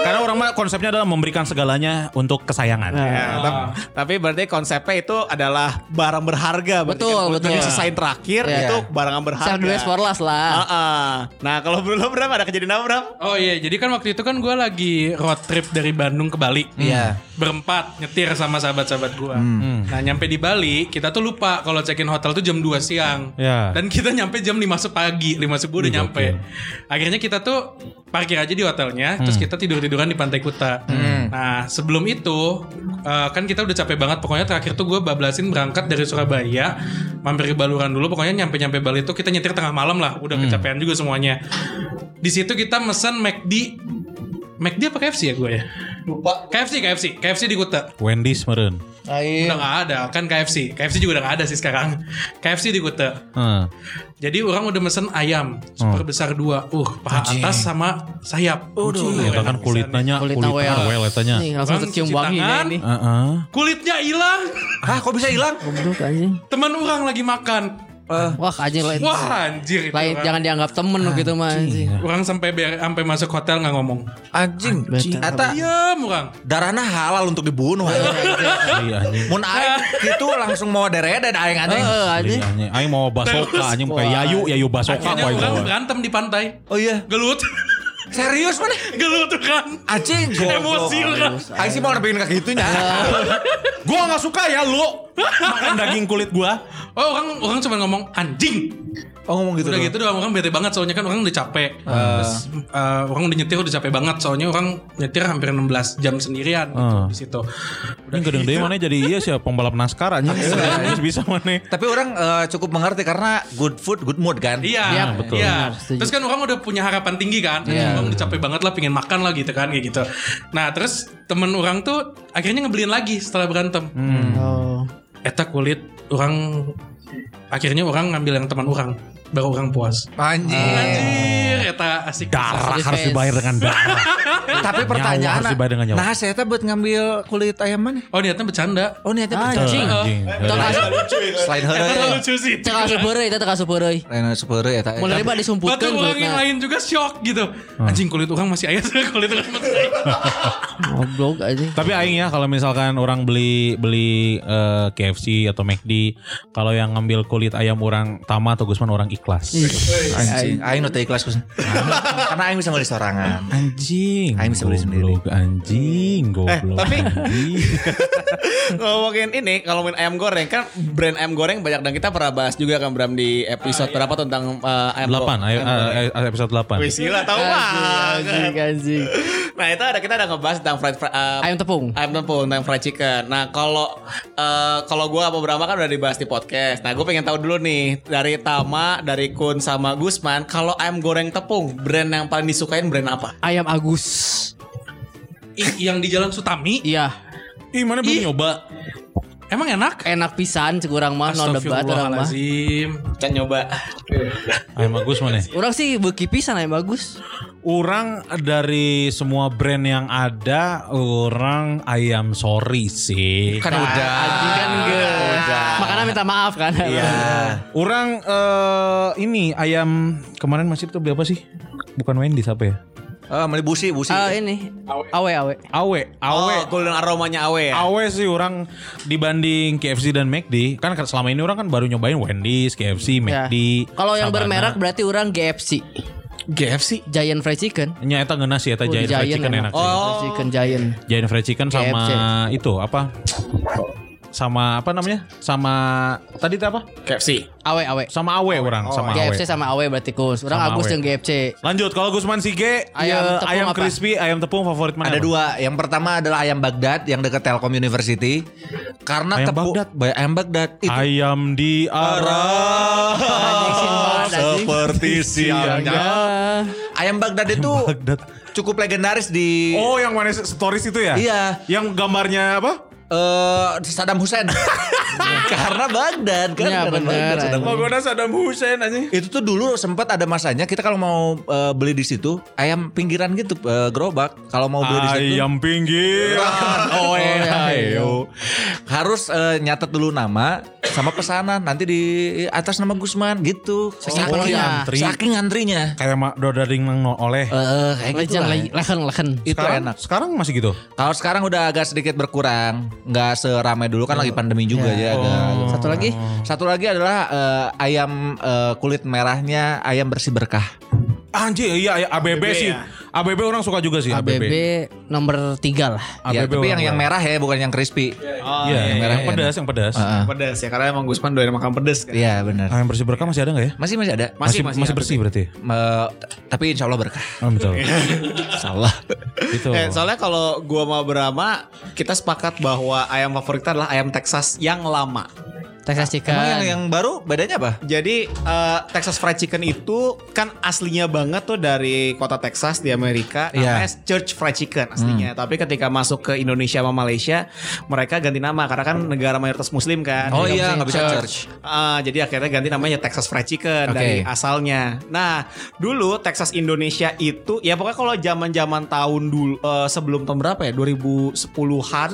Speaker 4: karena orang mah konsepnya adalah memberikan segalanya untuk kesayangan.
Speaker 3: Ah.
Speaker 1: Ya, tap- tapi berarti konsepnya itu adalah barang berharga berarti
Speaker 5: Betul,
Speaker 1: kan?
Speaker 5: betul.
Speaker 1: Jadi sisain terakhir
Speaker 5: Iya.
Speaker 1: itu barang yang berharga.
Speaker 5: Save the best for last lah.
Speaker 1: Ah-ah. Nah, kalau belum Bram ada kejadian apa Bram?
Speaker 2: Oh iya, jadi kan waktu itu kan gue lagi road trip dari Bandung ke Bali.
Speaker 3: Iya.
Speaker 2: Berempat, nyetir sama sahabat-sahabat gue. Nah nyampe di Bali, kita tuh lupa kalau check-in hotel tuh jam 2 siang.
Speaker 4: Iya.
Speaker 2: Dan kita nyampe jam 5 sepagi, 5 subuh udah nyampe. Akhirnya kita tuh parkir aja di hotelnya, terus kita tidur-tiduran di Pantai Kuta. Nah sebelum itu, eh, kan kita udah capek banget. Pokoknya terakhir tuh gue bablasin berangkat dari Surabaya, mampir ke Baluran dulu. Pokoknya nyampe-nyampe Bali tuh kita nyetir tengah malam lah, udah kecapean juga semuanya. Di situ kita mesen McD McD apa KFC ya gue ya? Lupa. KFC, KFC. KFC di Kuta.
Speaker 4: Wendy's meren.
Speaker 2: Udah gak ada, kan KFC. KFC juga udah gak ada sih sekarang. KFC di Kuta.
Speaker 4: Heeh.
Speaker 2: Jadi orang udah mesen ayam. Super besar dua. Uh, paha atas sama sayap. Udah.
Speaker 4: Eta kan kulitnya,
Speaker 5: Kulitnya
Speaker 4: kulitnya
Speaker 5: well.
Speaker 4: well etanya.
Speaker 5: Nih langsung
Speaker 2: Bang,
Speaker 5: tercium
Speaker 2: cuci
Speaker 5: wanginya
Speaker 2: tangan.
Speaker 5: ini.
Speaker 4: Heeh.
Speaker 2: Kulitnya hilang.
Speaker 3: Hah kok bisa hilang?
Speaker 5: Goblok anjing.
Speaker 2: Teman orang lagi makan.
Speaker 5: Wah anjing lain.
Speaker 2: Wah anjir itu
Speaker 5: Lain
Speaker 2: orang.
Speaker 5: jangan dianggap temen gitu mah anjing.
Speaker 2: Orang sampai ber- sampai masuk hotel nggak ngomong.
Speaker 5: Ah,
Speaker 3: Anjing. Eta
Speaker 2: Diam orang.
Speaker 3: darahnya halal untuk dibunuh.
Speaker 4: Iya anjing.
Speaker 3: Mun aing itu langsung mau dereda aing anjing.
Speaker 5: Eh,
Speaker 4: Iya,
Speaker 5: anjing.
Speaker 4: anjing. Aing mau basoka anjing kayak Yayu, ya, Yayu basoka
Speaker 2: Akhirnya
Speaker 4: koy
Speaker 2: orang
Speaker 4: koy.
Speaker 2: berantem di pantai.
Speaker 3: Oh iya.
Speaker 2: Gelut.
Speaker 3: Serius mana?
Speaker 2: Gelut kan.
Speaker 3: Aceh
Speaker 2: Emosi orang.
Speaker 3: Aing sih mau nepiin kayak gitunya.
Speaker 4: Gua gak suka ya lu makan daging kulit gua.
Speaker 2: Oh orang orang cuma ngomong anjing.
Speaker 3: Oh ngomong gitu.
Speaker 2: udah
Speaker 3: doang.
Speaker 2: gitu doang orang bete banget soalnya kan orang udah capek Terus, eh, orang udah nyetir udah capek banget soalnya orang nyetir hampir 16 jam sendirian gitu
Speaker 4: Ah.
Speaker 2: di situ
Speaker 4: Ini gedeng deh mana jadi iya sih pembalap NASCAR aja. Bisa mana.
Speaker 3: Tapi orang eh, cukup mengerti karena good food, good mood kan.
Speaker 2: Iya,
Speaker 5: Iya,
Speaker 4: betul.
Speaker 2: Iya.
Speaker 5: Benar, setuju.
Speaker 2: Terus kan orang udah punya harapan tinggi kan.
Speaker 5: Iya.
Speaker 2: Orang udah capek banget lah pingin makan lah gitu kan kayak gitu. Nah, terus temen orang tuh akhirnya ngebeliin lagi setelah berantem.
Speaker 5: Oh.
Speaker 2: Eta kulit orang akhirnya orang ngambil yang teman orang baru orang puas.
Speaker 3: Anjing.
Speaker 2: Anjir, eta asik.
Speaker 4: Darah harus dibayar dengan darah.
Speaker 3: Tapi
Speaker 4: Nyawa
Speaker 3: pertanyaan.
Speaker 4: harus dibayar dengan nyawa.
Speaker 3: Nah, saya tuh buat ngambil kulit ayam mana?
Speaker 2: Oh, niatnya bercanda.
Speaker 3: Oh, niatnya betul.
Speaker 5: Anjing. Oh.
Speaker 4: Anjing.
Speaker 3: Selain heureuy.
Speaker 5: Iya.
Speaker 2: Eta Oh, lucu sih.
Speaker 5: Cek asup beureuy, eta teu asup beureuy.
Speaker 3: Lain sepuluh ya. Tapi
Speaker 5: Mun lebar
Speaker 2: Batu
Speaker 5: disumpukeun
Speaker 2: orang yang
Speaker 5: kulitna.
Speaker 2: lain juga shock gitu.
Speaker 5: Hmm.
Speaker 2: Anjing kulit orang masih ayat kulit orang masih ayat.
Speaker 5: Goblok anjing.
Speaker 4: Tapi aing ya kalau misalkan orang beli beli eh, KFC atau McD, kalau yang ngambil kulit ayam orang Tama atau Gusman orang ikhlas.
Speaker 3: anjing. Aing nu teu ikhlas kus. Karena aing bisa beli sorangan.
Speaker 4: Anjing.
Speaker 3: Aing bisa beli sendiri.
Speaker 4: Goblok, Anjing, goblok.
Speaker 1: tapi-
Speaker 4: anjing.
Speaker 1: Ngomongin ini kalau main ayam goreng kan brand ayam goreng banyak dan kita pernah bahas juga kan Bram di
Speaker 5: Ah, iya.
Speaker 1: episode berapa tuh tentang eh, ayam
Speaker 4: delapan,
Speaker 1: go-
Speaker 4: ayo,
Speaker 1: ayam goreng.
Speaker 4: eh, eh, episode 8
Speaker 1: Wih sila tahu
Speaker 5: Anjing,
Speaker 1: banget.
Speaker 5: anjing, anjing.
Speaker 1: Nah itu ada kita ada ngebahas tentang fried, fried eh,
Speaker 5: Ayam tepung.
Speaker 1: ayam tepung tentang fried chicken. Nah kalau eh, kalau gue apa berapa kan udah dibahas di podcast. Nah gue pengen tahu dulu nih dari Tama, dari Kun sama Gusman. Kalau ayam goreng tepung brand yang paling disukain brand apa?
Speaker 5: Ayam Agus.
Speaker 2: Ih, Yang di Jalan Sutami
Speaker 5: Iya,
Speaker 4: Ih, mana belum nyoba?
Speaker 2: emang enak.
Speaker 5: enak pisan kurang mah no debat orang mah.
Speaker 2: Astagfirullahalazim.
Speaker 1: Kita nyoba.
Speaker 4: Ayam Agus mana?
Speaker 5: Orang sih beki pisan ayam Agus.
Speaker 4: Orang dari semua brand yang ada, orang ayam sorry sih.
Speaker 3: Kan udah.
Speaker 5: Anjing kan ge. Makanya minta maaf kan.
Speaker 4: Iya. Orang eh, ini ayam kemarin masih tuh beli apa sih? Bukan Wendy apa ya?
Speaker 3: Eh, beli busi, busi.
Speaker 5: Ah, ini awe
Speaker 4: Awe,
Speaker 5: awe.
Speaker 4: awe.
Speaker 1: iya. Oh, golden aromanya awe ya.
Speaker 4: Awe sih orang dibanding KFC dan McD kan selama ini orang kan baru nyobain Wendy's, KFC,
Speaker 5: Ya.
Speaker 4: McD.
Speaker 5: Kalau yang
Speaker 4: Sabana.
Speaker 5: bermerek berarti orang GFC.
Speaker 1: GFC.
Speaker 5: Giant Fried Chicken.
Speaker 4: Nya eta ngeuna sih eta
Speaker 5: Oh,
Speaker 4: Giant Fried Chicken enak. sih.
Speaker 5: Fried Chicken Giant.
Speaker 4: Giant Fried Chicken sama
Speaker 5: KFC.
Speaker 4: itu apa? Sama apa namanya? Sama tadi itu apa?
Speaker 1: KFC.
Speaker 5: Awe awe.
Speaker 4: Sama Awe orang, sama
Speaker 5: GFC
Speaker 4: Awe.
Speaker 5: sama awe berarti kus. Orang
Speaker 4: Sama
Speaker 5: Agus
Speaker 4: awe.
Speaker 5: yang GFC.
Speaker 4: Lanjut kalau Gusman Sige
Speaker 5: Ayam
Speaker 4: ya,
Speaker 5: tepung
Speaker 4: ayam
Speaker 5: apa?
Speaker 4: crispy, ayam tepung favorit mana?
Speaker 3: Ada
Speaker 4: Bang?
Speaker 3: dua. Yang pertama adalah ayam Baghdad yang dekat Telkom University. Karena
Speaker 4: Ayam
Speaker 3: tepung
Speaker 4: Baghdad?
Speaker 3: Ba- ayam Baghdad itu
Speaker 4: Ayam di Oh. arah
Speaker 5: Sinbad, anjing.
Speaker 4: seperti siangnya.
Speaker 5: Ah,
Speaker 3: ayam Baghdad itu
Speaker 4: Baghdad.
Speaker 3: cukup legendaris di
Speaker 4: Oh, yang mana stories itu ya?
Speaker 3: Iya.
Speaker 4: Yang gambarnya apa?
Speaker 3: eh, Saddam Hussein. karena Baghdad kan
Speaker 5: Iya,
Speaker 3: karena
Speaker 5: bener,
Speaker 3: Baghdad, Saddam
Speaker 5: anjing.
Speaker 3: Hussein.
Speaker 4: Saddam Hussein anjing.
Speaker 3: Itu tuh dulu sempat ada masanya kita kalau mau eh, beli di situ ayam pinggiran gitu eh, gerobak kalau mau beli di situ
Speaker 4: Ayam pinggiran. Oh, iya.
Speaker 3: harus eh, nyatet dulu nama sama pesanan nanti di atas nama Gusman gitu. Saking
Speaker 5: Oh,
Speaker 3: antrinya.
Speaker 4: ngantri.
Speaker 3: Saking antrinya.
Speaker 4: Kayak mak dodaring nang no oleh.
Speaker 3: Eh, eh, kayak gitu
Speaker 5: Legend
Speaker 3: lah.
Speaker 5: lagi leken leken.
Speaker 3: Itu
Speaker 4: sekarang,
Speaker 3: enak.
Speaker 4: Sekarang masih gitu.
Speaker 3: Kalau sekarang udah agak sedikit berkurang, nggak seramai dulu kan lagi pandemi juga ya. agak. Satu lagi, satu lagi adalah eh, ayam eh, kulit merahnya ayam bersih berkah.
Speaker 4: Anjir, iya, iya, ABB, sih. ABB orang suka juga sih ABB.
Speaker 5: ABB nomor tiga lah.
Speaker 3: ya, tapi
Speaker 4: orang
Speaker 3: yang yang
Speaker 4: suka.
Speaker 3: merah ya, bukan yang crispy.
Speaker 1: Oh,
Speaker 4: Iya, Ah,
Speaker 3: yang
Speaker 4: yang,
Speaker 3: merah enak.
Speaker 4: pedas, yang pedas.
Speaker 3: Heeh.
Speaker 1: Pedas ya karena emang Gusman doyan makan pedas kan.
Speaker 3: Iya benar.
Speaker 4: Ayam ah. bersih berkah masih ada nggak ya?
Speaker 3: Masih masih ada.
Speaker 1: Masih,
Speaker 4: masih,
Speaker 1: masih ada.
Speaker 4: bersih berarti.
Speaker 3: Eh, tapi insya Allah berkah.
Speaker 4: Oh, betul. Gitu.
Speaker 3: Salah.
Speaker 4: Itu.
Speaker 1: Eh, soalnya kalau gua sama Brahma kita sepakat bahwa ayam favorit kita adalah ayam Texas yang lama.
Speaker 5: Texas Chicken.
Speaker 3: Emang yang yang baru bedanya apa?
Speaker 1: Jadi eh, Texas Fried Chicken itu kan aslinya banget tuh dari kota Texas di Amerika namanya Church Fried Chicken aslinya. Tapi ketika masuk ke Indonesia sama Malaysia mereka ganti nama karena kan negara mayoritas Muslim kan.
Speaker 3: Oh
Speaker 1: Jadi
Speaker 3: iya nggak bisa
Speaker 1: Church.
Speaker 3: church.
Speaker 1: Ah, jadi akhirnya ganti namanya Texas Fried Chicken
Speaker 3: Oke.
Speaker 1: dari asalnya. Nah, dulu Texas Indonesia itu ya pokoknya kalau zaman-zaman tahun dulu eh, sebelum tahun berapa ya? 2010-an.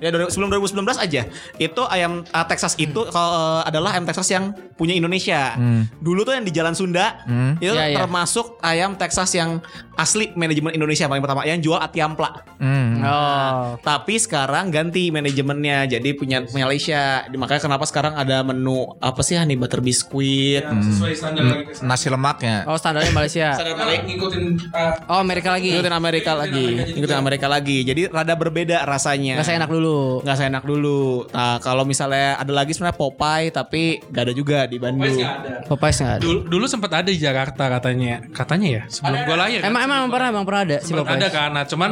Speaker 1: Ya dari- sebelum 2019 aja. Itu ayam ah, Texas itu
Speaker 3: Hmm.
Speaker 1: kalau, eh, adalah ayam Texas yang punya Indonesia. Dulu tuh yang di Jalan Sunda
Speaker 3: Hmm.
Speaker 1: itu
Speaker 5: Ya, ya.
Speaker 1: termasuk ayam Texas yang asli manajemen Indonesia paling pertama yang jual atiampla.
Speaker 3: Hmm.
Speaker 5: Oh.
Speaker 1: Tapi sekarang ganti manajemennya jadi punya Malaysia. Makanya kenapa sekarang ada menu apa sih honey butter Hmm. biscuit.
Speaker 2: Sesuai standar
Speaker 5: Hmm.
Speaker 2: lagi.
Speaker 3: Nasi lemaknya.
Speaker 5: Oh standarnya Malaysia.
Speaker 1: Standar
Speaker 2: Karena
Speaker 1: Malaysia.
Speaker 2: ngikutin uh,
Speaker 5: Oh Amerika lagi.
Speaker 1: Ikutin Amerika lagi, ikutin Amerika lagi. Jadi rada berbeda rasanya.
Speaker 5: Nggak saya enak dulu.
Speaker 1: Nggak seenak dulu. Nah, kalau misalnya ada lagi sebenarnya Popeye tapi gak ada juga di Bandung.
Speaker 2: Popeyes nggak ada.
Speaker 5: Popeyes nggak ada.
Speaker 2: Dulu, dulu sempat ada di Jakarta katanya. Katanya ya, sebelum gue lahir.
Speaker 5: Emang emang pernah emang pernah ada si
Speaker 2: sempat ada
Speaker 5: Popeyes.
Speaker 2: kan. Nah, cuman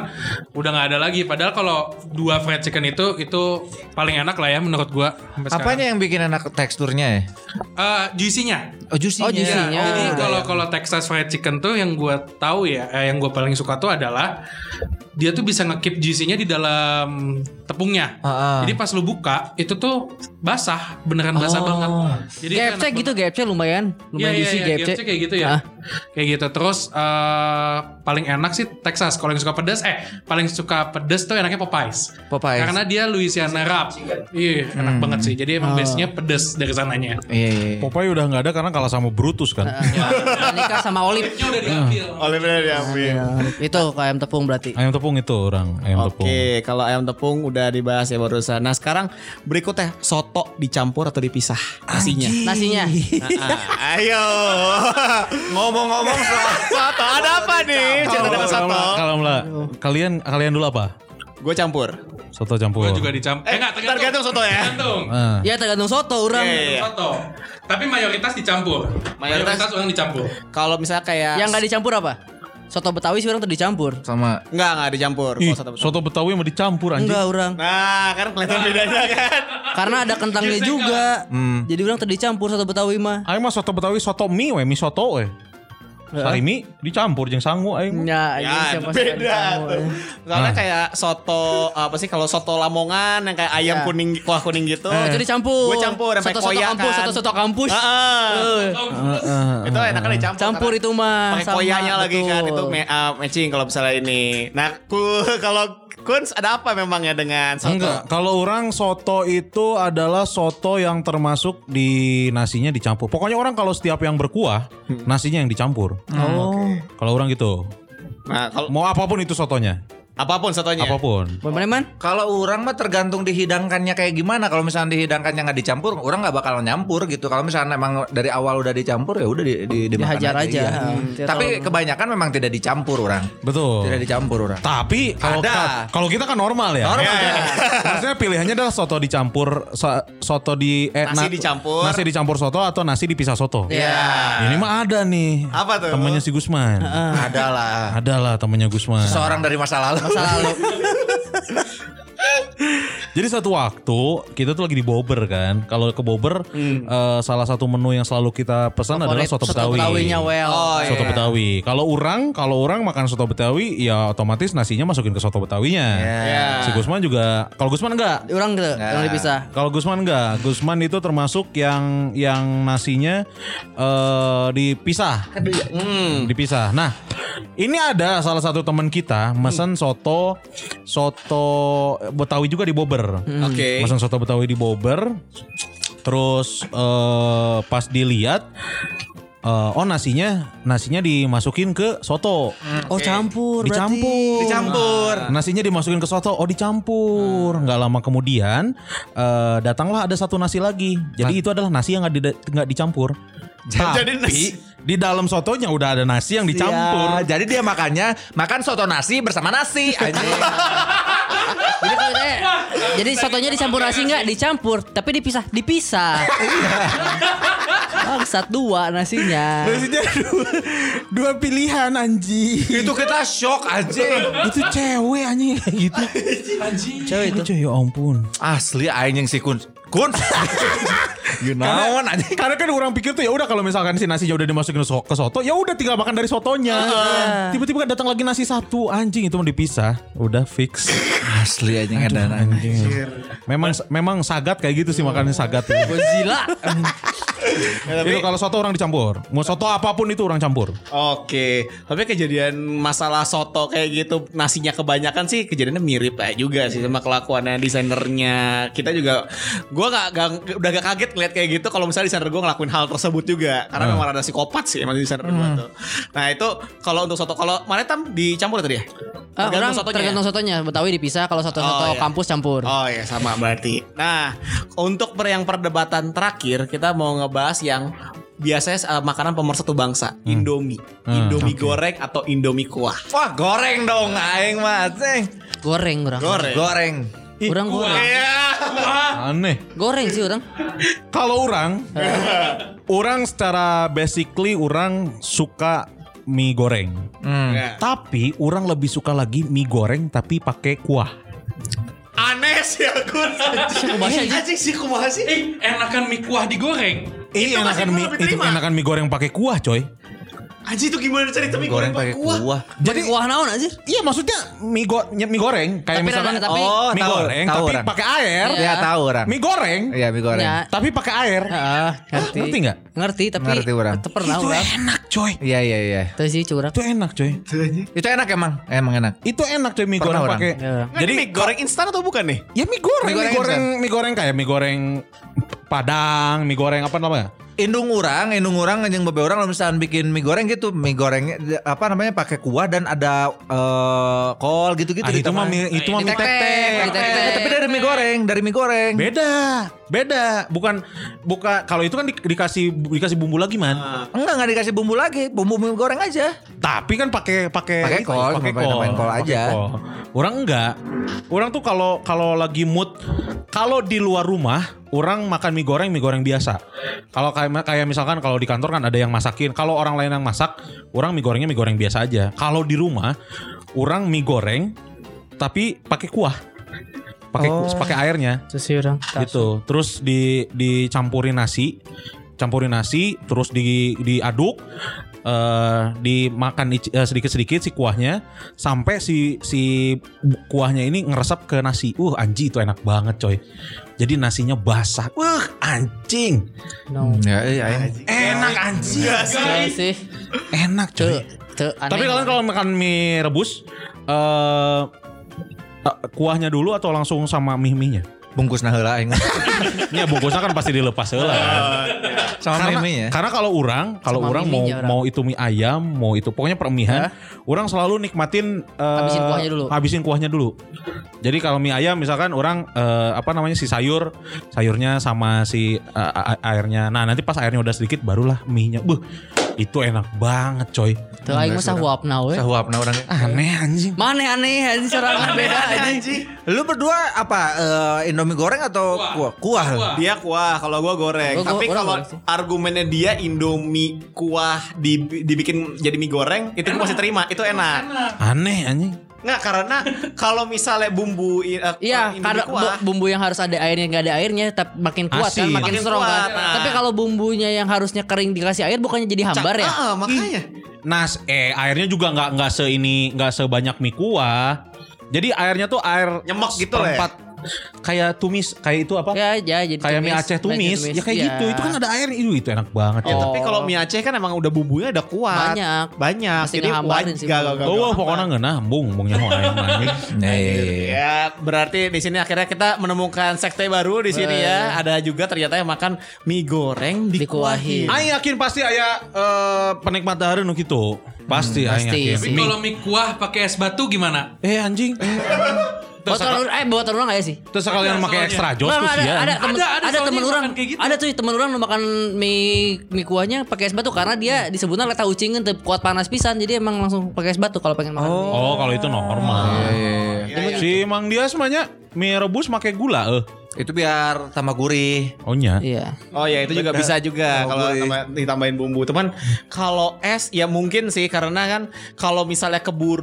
Speaker 2: udah nggak ada lagi. Padahal kalau dua fried chicken itu itu paling enak lah ya menurut gue.
Speaker 3: Apanya yang bikin enak teksturnya ya?
Speaker 2: Eh, juicy-nya.
Speaker 3: Oh juicy.
Speaker 5: Oh, juicy-nya.
Speaker 2: Iya, Jadi kalau kalau Texas Fried Chicken tuh yang gue tahu ya, eh, yang gue paling suka tuh adalah dia tuh bisa ngekip juicy-nya di dalam tepungnya.
Speaker 3: Ah, ah.
Speaker 2: Jadi pas lu buka itu tuh basah, beneran basah
Speaker 5: Oh.
Speaker 2: banget. Jadi itu
Speaker 5: GFC
Speaker 2: enak
Speaker 5: gitu GFC lumayan
Speaker 2: Iya,
Speaker 5: lumayan
Speaker 2: iya,
Speaker 5: juicy
Speaker 2: iya,
Speaker 5: GFC.
Speaker 2: kayak gitu ya.
Speaker 5: Ah.
Speaker 2: Kayak gitu. Terus eh, paling enak sih Texas. Kalau yang suka pedas eh paling suka pedas tuh enaknya Popeyes.
Speaker 3: Popeyes.
Speaker 2: Karena dia Louisiana Wrap. Iya, enak banget sih. Jadi emang base-nya pedas dari sananya.
Speaker 3: Iya iya. iya.
Speaker 4: Popeye udah nggak ada karena kalah sama Brutus kan.
Speaker 5: Nah, nikah sama Olive
Speaker 2: Ini udah diambil.
Speaker 6: Oliver diambil.
Speaker 4: Iya.
Speaker 5: itu ayam tepung berarti.
Speaker 4: Ayam tepung itu orang ayam tepung.
Speaker 1: Oke, kalau ayam tepung udah dibahas ya barusan. Nah sekarang berikutnya soto dicampur atau dipisah nasinya. Ah,
Speaker 5: Nasinya.
Speaker 6: Ayo.
Speaker 3: Ngomong-ngomong soal
Speaker 6: Soto ada apa nih? Cerita
Speaker 4: Kalau
Speaker 6: dengan soto.
Speaker 4: Mela- kalau Mela, kalian kalian dulu apa?
Speaker 1: Gue campur.
Speaker 4: Soto campur.
Speaker 2: Gue juga dicampur.
Speaker 6: Eh, tergantung soto ya.
Speaker 2: Tergantung.
Speaker 4: Ah.
Speaker 5: Ya tergantung soto orang.
Speaker 6: Iya, iya.
Speaker 2: Soto. Tapi mayoritas dicampur. Mayoritas, orang dicampur.
Speaker 1: Kalau misalnya kayak
Speaker 5: Yang nggak dicampur apa? Soto Betawi sih orang tuh dicampur.
Speaker 3: sama
Speaker 1: Enggak, enggak dicampur.
Speaker 4: Ih,
Speaker 1: Kalau soto Betawi.
Speaker 4: soto Betawi mau dicampur anjing.
Speaker 5: Enggak orang.
Speaker 6: Nah, kan kelihatan bedanya kan.
Speaker 5: Karena ada kentangnya
Speaker 2: Juicy
Speaker 5: juga.
Speaker 4: Hmm.
Speaker 5: Jadi orang tuh dicampur soto Betawi mah.
Speaker 4: Ayo mah soto Betawi soto mie we, mie soto we. Sari mie dicampur jeung sangu aing. mah.
Speaker 1: Iya,
Speaker 5: Ya, ini
Speaker 6: Ya,
Speaker 5: siapa sih
Speaker 6: beda
Speaker 5: yang dicampur?
Speaker 6: tuh.
Speaker 1: Soalnya kayak soto apa sih kalau soto Lamongan yang kayak ayam kuning kuah kuning gitu.
Speaker 5: Oh,
Speaker 4: Eh.
Speaker 5: itu dicampur.
Speaker 1: Gue campur sampai
Speaker 5: soto soto
Speaker 1: koyak
Speaker 5: kampus,
Speaker 1: kan.
Speaker 5: soto soto kampus.
Speaker 1: Heeh.
Speaker 5: Eh,
Speaker 6: Itu enaknya dicampur.
Speaker 5: campur itu mah.
Speaker 1: Pakai
Speaker 5: sama,
Speaker 1: koyaknya lagi kan
Speaker 5: betul.
Speaker 1: itu me- uh, matching kalau misalnya ini. Nah, ku kalau Kunz ada apa memangnya dengan soto?
Speaker 4: Enggak, kalau orang soto itu adalah soto yang termasuk di nasinya dicampur. Pokoknya orang kalau setiap yang berkuah, nasinya yang dicampur.
Speaker 5: Oh.
Speaker 4: Kalau orang gitu.
Speaker 1: Nah, kalau
Speaker 4: Mau apapun itu sotonya,
Speaker 1: apapun sotonya.
Speaker 4: apapun.
Speaker 5: Mana man?
Speaker 3: Kalau orang mah tergantung dihidangkannya kayak gimana. Kalau misalnya dihidangkannya nggak dicampur, orang nggak bakal nyampur gitu. Kalau misalnya emang dari awal udah dicampur ya udah di, di, dimakan
Speaker 5: Dihajar aja.
Speaker 3: iya.
Speaker 5: Hmm. Tidak
Speaker 3: Tapi
Speaker 5: terlalu-
Speaker 3: kebanyakan memang tidak dicampur orang.
Speaker 4: Betul.
Speaker 3: Tidak dicampur orang.
Speaker 4: Tapi kalau
Speaker 3: Ada.
Speaker 4: kalau kita kan normal ya.
Speaker 3: Normal.
Speaker 6: Iya,
Speaker 4: Ya, ya. Maksudnya pilihannya adalah soto dicampur so- soto di eh,
Speaker 1: Nasi dicampur.
Speaker 4: Nasi dicampur soto atau nasi dipisah soto.
Speaker 5: Ya.
Speaker 4: Ini mah ada nih.
Speaker 6: Apa tuh?
Speaker 4: Temennya si Gusman.
Speaker 3: Adalah
Speaker 4: Ada lah temennya Gusman.
Speaker 3: seorang dari Ah. masa lalu.
Speaker 5: Selalu.
Speaker 4: Jadi satu waktu kita tuh lagi di Bobber kan. Kalau ke Bobber eh, salah satu menu yang selalu kita pesan adalah soto Betawi.
Speaker 5: Betawinya Oh, well.
Speaker 4: soto Betawi. Kalau orang, kalau orang makan soto Betawi, ya otomatis nasinya masukin ke soto Betawinya. Si Gusman juga, kalau Gusman enggak,
Speaker 5: Orang gitu,
Speaker 4: Nah.
Speaker 5: orang dipisah.
Speaker 4: Kalau Gusman enggak, Gusman itu termasuk yang yang nasinya eh dipisah.
Speaker 5: Hmm.
Speaker 4: Dipisah. Nah, ini ada salah satu teman kita
Speaker 5: Hmm.
Speaker 4: mesen soto soto Betawi juga di Bobber.
Speaker 5: Hmm.
Speaker 1: Oke.
Speaker 4: Mesen soto Betawi di Bobber. Terus eh pas dilihat eh, oh nasinya nasinya dimasukin ke soto.
Speaker 5: Oh campur
Speaker 4: Dicampur.
Speaker 5: berarti.
Speaker 4: Nah, Hmm.
Speaker 6: Campur.
Speaker 4: Nasinya dimasukin ke soto, oh dicampur. Nggak lama kemudian eh, datanglah ada satu nasi lagi. Jadi itu adalah nasi yang nggak di- nggak dicampur.
Speaker 6: Jadi
Speaker 4: Tapi
Speaker 6: nasi-
Speaker 4: di dalam sotonya udah ada nasi yang dicampur.
Speaker 3: Iya, jadi dia makannya makan soto nasi bersama nasi. Anjing.
Speaker 5: Jadi kalau ditanya, jadi sotonya dicampur nasi enggak? Dicampur, tapi dipisah, dipisah. Bangsat dua nasinya.
Speaker 4: Nasinya dua, dua pilihan anji.
Speaker 3: Itu kita shock aja.
Speaker 4: itu cewek anjing kayak gitu.
Speaker 5: Cewek itu.
Speaker 4: Cewek ya ampun.
Speaker 3: Asli anjing si kun. Kun. you know
Speaker 4: Karena, karena kan orang pikir tuh ya udah kalau misalkan si nasinya udah dimasukin so- ke soto, ya udah tinggal makan dari sotonya. Tiba-tiba kan datang lagi nasi satu anjing itu mau dipisah, udah fix.
Speaker 3: Asli anjing ada anjing.
Speaker 4: Memang memang sagat kayak gitu sih makannya sagat. Godzilla. itu kalau soto orang dicampur. Mau soto apapun itu orang campur.
Speaker 1: Oke, tapi kejadian masalah soto kayak gitu nasinya kebanyakan sih kejadiannya mirip aja juga sih sama kelakuannya desainernya. Kita juga, gua nggak nggak- udah gak kaget ngeliat kayak gitu kalau misalnya desainer gue ngelakuin hal tersebut juga, karena memang ada psikopat sih emang desainer gua tuh. Nah itu kalau untuk soto, kalau mana tam dicampur tadi ya?
Speaker 5: Ah,
Speaker 1: Tergantung
Speaker 5: orang
Speaker 1: sotonya ya?
Speaker 5: tergantung sotonya. Betawi dipisah, kalau
Speaker 1: Oh,
Speaker 5: soto-soto
Speaker 1: iya.
Speaker 5: kampus campur.
Speaker 1: Oh ya sama berarti. Nah untuk per yang perdebatan terakhir kita mau ngebahas yang biasanya eh, makanan pemersatu bangsa Indomie,
Speaker 4: Hmm,
Speaker 1: Indomie goreng atau Indomie kuah.
Speaker 3: Wah goreng dong aing mah anjing.
Speaker 5: Goreng orang.
Speaker 3: Goreng.
Speaker 4: Ih
Speaker 5: Orang goreng.
Speaker 1: Iya.
Speaker 4: Aneh.
Speaker 5: Goreng sih orang.
Speaker 4: Kalau orang, orang secara basically orang suka mie goreng.
Speaker 1: Hmm. Iya.
Speaker 4: Tapi orang lebih suka lagi mie goreng tapi pakai kuah.
Speaker 1: Aneh sih aku.
Speaker 5: kumaha
Speaker 1: Ini anjing sih kumaha sih.
Speaker 2: Eh, enakan mie kuah digoreng.
Speaker 4: Eh,
Speaker 1: Itu masih
Speaker 4: enakan
Speaker 1: gua
Speaker 4: mie,
Speaker 1: lebih
Speaker 4: itu
Speaker 1: terima.
Speaker 4: enakan mie goreng pakai kuah, coy.
Speaker 1: Anjing itu gimana cerita mie goreng pakai kuah?
Speaker 5: Jadi kuah naon anjir?
Speaker 4: Iya, maksudnya mie, go- ya, mie goreng kayak
Speaker 5: Tapi
Speaker 4: misalkan
Speaker 5: rada- tapi- Oh,
Speaker 4: mie
Speaker 3: tahu,
Speaker 4: goreng
Speaker 3: tahu
Speaker 4: tapi
Speaker 3: orang.
Speaker 4: pakai air.
Speaker 3: Ya tahu orang.
Speaker 4: Mie goreng
Speaker 3: Iya mie goreng.
Speaker 5: Ya.
Speaker 4: tapi pakai air.
Speaker 5: Heeh, ngerti.
Speaker 4: ngerti nggak?
Speaker 5: Ngerti tapi
Speaker 3: Ngerti orang.
Speaker 5: tetep pernah orang.
Speaker 4: enak, coy.
Speaker 3: Iya iya iya.
Speaker 5: Itu sih curang.
Speaker 4: Itu enak, coy.
Speaker 3: Itu enak emang, emang enak.
Speaker 4: Itu enak coy mie
Speaker 3: Pernah
Speaker 4: goreng
Speaker 3: orang.
Speaker 4: pakai.
Speaker 5: Ya.
Speaker 1: Jadi Kan mie goreng instan atau bukan nih?
Speaker 4: Ya mie goreng,
Speaker 3: Mie
Speaker 4: mie
Speaker 3: goreng
Speaker 4: goreng, mie goreng, kayak mie goreng Padang, mie goreng apa namanya?
Speaker 3: Indung orang, indung orang anjing bebe orang kalau misalkan bikin mie goreng gitu, mie gorengnya d- apa namanya pakai kuah dan ada eh, kol gitu-gitu
Speaker 4: Ah,
Speaker 3: di
Speaker 4: itu mah
Speaker 3: tengah.
Speaker 4: mie, itu mah
Speaker 5: Ini
Speaker 4: mie
Speaker 5: tek-tek,
Speaker 4: tek-tek.
Speaker 5: tek-tek.
Speaker 3: Eh, Tapi dari mie goreng, dari mie goreng.
Speaker 4: Beda, beda. Bukan buka kalau itu kan di- dikasih dikasih bumbu lagi, man.
Speaker 3: Enggak enggak dikasih bumbu lagi, bumbu mie goreng aja.
Speaker 4: Tapi kan pakai pakai
Speaker 3: Pakai
Speaker 4: itu,
Speaker 3: kol, cuma tambahin kol
Speaker 4: pakai
Speaker 3: aja.
Speaker 4: kol. Orang enggak. Orang tuh kalau kalau lagi mood kalau di luar rumah orang makan mie goreng mie goreng biasa. Kalau kayak kayak misalkan kalau di kantor kan ada yang masakin. Kalau orang lain yang masak, orang mie gorengnya mie goreng biasa aja. Kalau di rumah orang mie goreng tapi pakai kuah. Pakai ku-
Speaker 3: Oh.
Speaker 4: pakai airnya
Speaker 5: Itu sih orang.
Speaker 4: gitu. Terus di dicampurin nasi, campurin nasi, terus di diaduk, eh dimakan ic- eh, sedikit-sedikit si kuahnya sampai si si kuahnya ini ngeresap ke nasi. Uh, anjing itu enak banget, coy. Jadi nasinya basah. Wah, anjing.
Speaker 5: No.
Speaker 3: Ya iya.
Speaker 4: Enak anjing.
Speaker 5: Enggak sih.
Speaker 4: Enak,
Speaker 5: Tuh,
Speaker 4: coy.
Speaker 5: tuh aneh.
Speaker 4: Tapi kalian kalau makan mie rebus eh eh, kuahnya dulu atau langsung sama mie-minya?
Speaker 3: Bungkus nah heula aing.
Speaker 4: Ya bungkusnya kan pasti dilepas lah.
Speaker 3: Sama
Speaker 4: karena,
Speaker 3: mie-mie ya.
Speaker 4: karena kalau orang kalau
Speaker 5: Sama
Speaker 4: orang mau
Speaker 5: mie-mienya orang.
Speaker 4: mau itu mie ayam mau itu pokoknya permihan orang selalu nikmatin eh,
Speaker 5: Habisin kuahnya dulu.
Speaker 4: habisin kuahnya dulu jadi kalau mie ayam misalkan orang eh, apa namanya si sayur sayurnya sama si eh, a- a- airnya nah nanti pas airnya udah sedikit barulah mie nya buh itu enak banget coy
Speaker 5: Tuh aing mah sahuapna we.
Speaker 3: Sahuapna orang.
Speaker 4: aneh anjing
Speaker 5: Mana aneh anjing sorangan beda anjing.
Speaker 3: Lu berdua apa eh, Indomie goreng atau kuah? Kuah.
Speaker 1: Dia kuah, kalau Ah. gua goreng.
Speaker 5: Gua- gua-
Speaker 1: Tapi
Speaker 5: orang
Speaker 1: kalau
Speaker 5: goreng sih.
Speaker 1: argumennya dia Indomie kuah di- dibikin jadi mie goreng, itu gua masih terima, itu enak.
Speaker 4: aneh anjing
Speaker 1: Nggak karena kalau misalnya bumbu i- eh,
Speaker 5: Iya,
Speaker 1: Indomie
Speaker 5: karena
Speaker 1: kuah,
Speaker 5: bu- bumbu yang harus ada airnya nggak ada airnya, tapi makin kuat kan,
Speaker 4: Asin.
Speaker 5: makin,
Speaker 1: Makin
Speaker 5: strong
Speaker 1: kuat,
Speaker 5: kan.
Speaker 1: nah.
Speaker 5: Tapi kalau bumbunya yang harusnya kering dikasih air, bukannya jadi hambar ya?
Speaker 1: Ah, makanya.
Speaker 4: Nas eh airnya juga nggak nggak se ini nggak sebanyak mie kuah. Jadi airnya tuh air
Speaker 1: Nyemek gitu lah ya?
Speaker 4: seperempat. Kayak tumis, kayak itu
Speaker 1: ah.
Speaker 4: apa?
Speaker 5: Ya, ya jadi
Speaker 4: kayak mie Aceh tumis, ya kayak
Speaker 5: iya. Oh.
Speaker 4: gitu. Itu kan ada air itu itu enak banget.
Speaker 1: Ya,
Speaker 4: ya.
Speaker 1: tapi kalau mie Aceh kan emang udah bumbunya udah kuat.
Speaker 5: Banyak.
Speaker 1: Banyak.
Speaker 5: Masih
Speaker 1: Jadi
Speaker 5: dihambarin
Speaker 1: waj-
Speaker 5: sih,
Speaker 1: gak-
Speaker 5: Bu.
Speaker 1: gak- gak-
Speaker 4: Oh, wah,
Speaker 1: gak- Iya,
Speaker 4: pokoknya nggak nambung, bungnya mau air Nah, mani.
Speaker 3: Iya iya iya.
Speaker 1: Ya, berarti di sini akhirnya kita menemukan sekte baru di sini ya. Ada juga ternyata yang makan mie goreng
Speaker 5: Dikuahin.
Speaker 1: dikuahin.
Speaker 4: Aing yakin pasti aya eh, penikmat dahareun nu gitu. Pasti aing
Speaker 5: Hmm, pasti.
Speaker 4: yakin.
Speaker 2: Tapi
Speaker 4: Mie-
Speaker 2: kalau mie kuah pakai es batu gimana?
Speaker 4: Eh anjing.
Speaker 5: Buat orang eh buat orang nggak ya sih?
Speaker 4: Terus
Speaker 1: iya,
Speaker 4: sekalian
Speaker 2: Ada
Speaker 4: pakai
Speaker 2: soalnya.
Speaker 4: extra jos
Speaker 5: Nggak,
Speaker 4: tuh
Speaker 5: nggak, ada, ada,
Speaker 4: ya.
Speaker 5: temen, ada,
Speaker 2: Ada, ada soalnya
Speaker 5: temen
Speaker 2: makan
Speaker 5: orang
Speaker 2: kayak gitu.
Speaker 5: ada tuh temen orang nu makan mie mie kuahnya pakai es batu karena
Speaker 1: Hmm.
Speaker 5: dia disebutnya leta ucingin teu kuat panas pisan jadi emang langsung pakai es batu kalau pengen makan mie.
Speaker 4: Oh, kalau itu normal.
Speaker 1: Oh,
Speaker 3: Eh,
Speaker 1: iya,
Speaker 5: Iya,
Speaker 4: Si Mang Dias mahnya mie rebus pakai gula eh.
Speaker 3: Itu biar tambah gurih.
Speaker 4: Oh nya.
Speaker 5: Iya.
Speaker 1: Oh ya itu juga bisa juga
Speaker 3: Oh,
Speaker 1: kalau
Speaker 3: boleh.
Speaker 1: tambah- ditambahin bumbu. Cuman kalau es ya mungkin sih karena kan kalau misalnya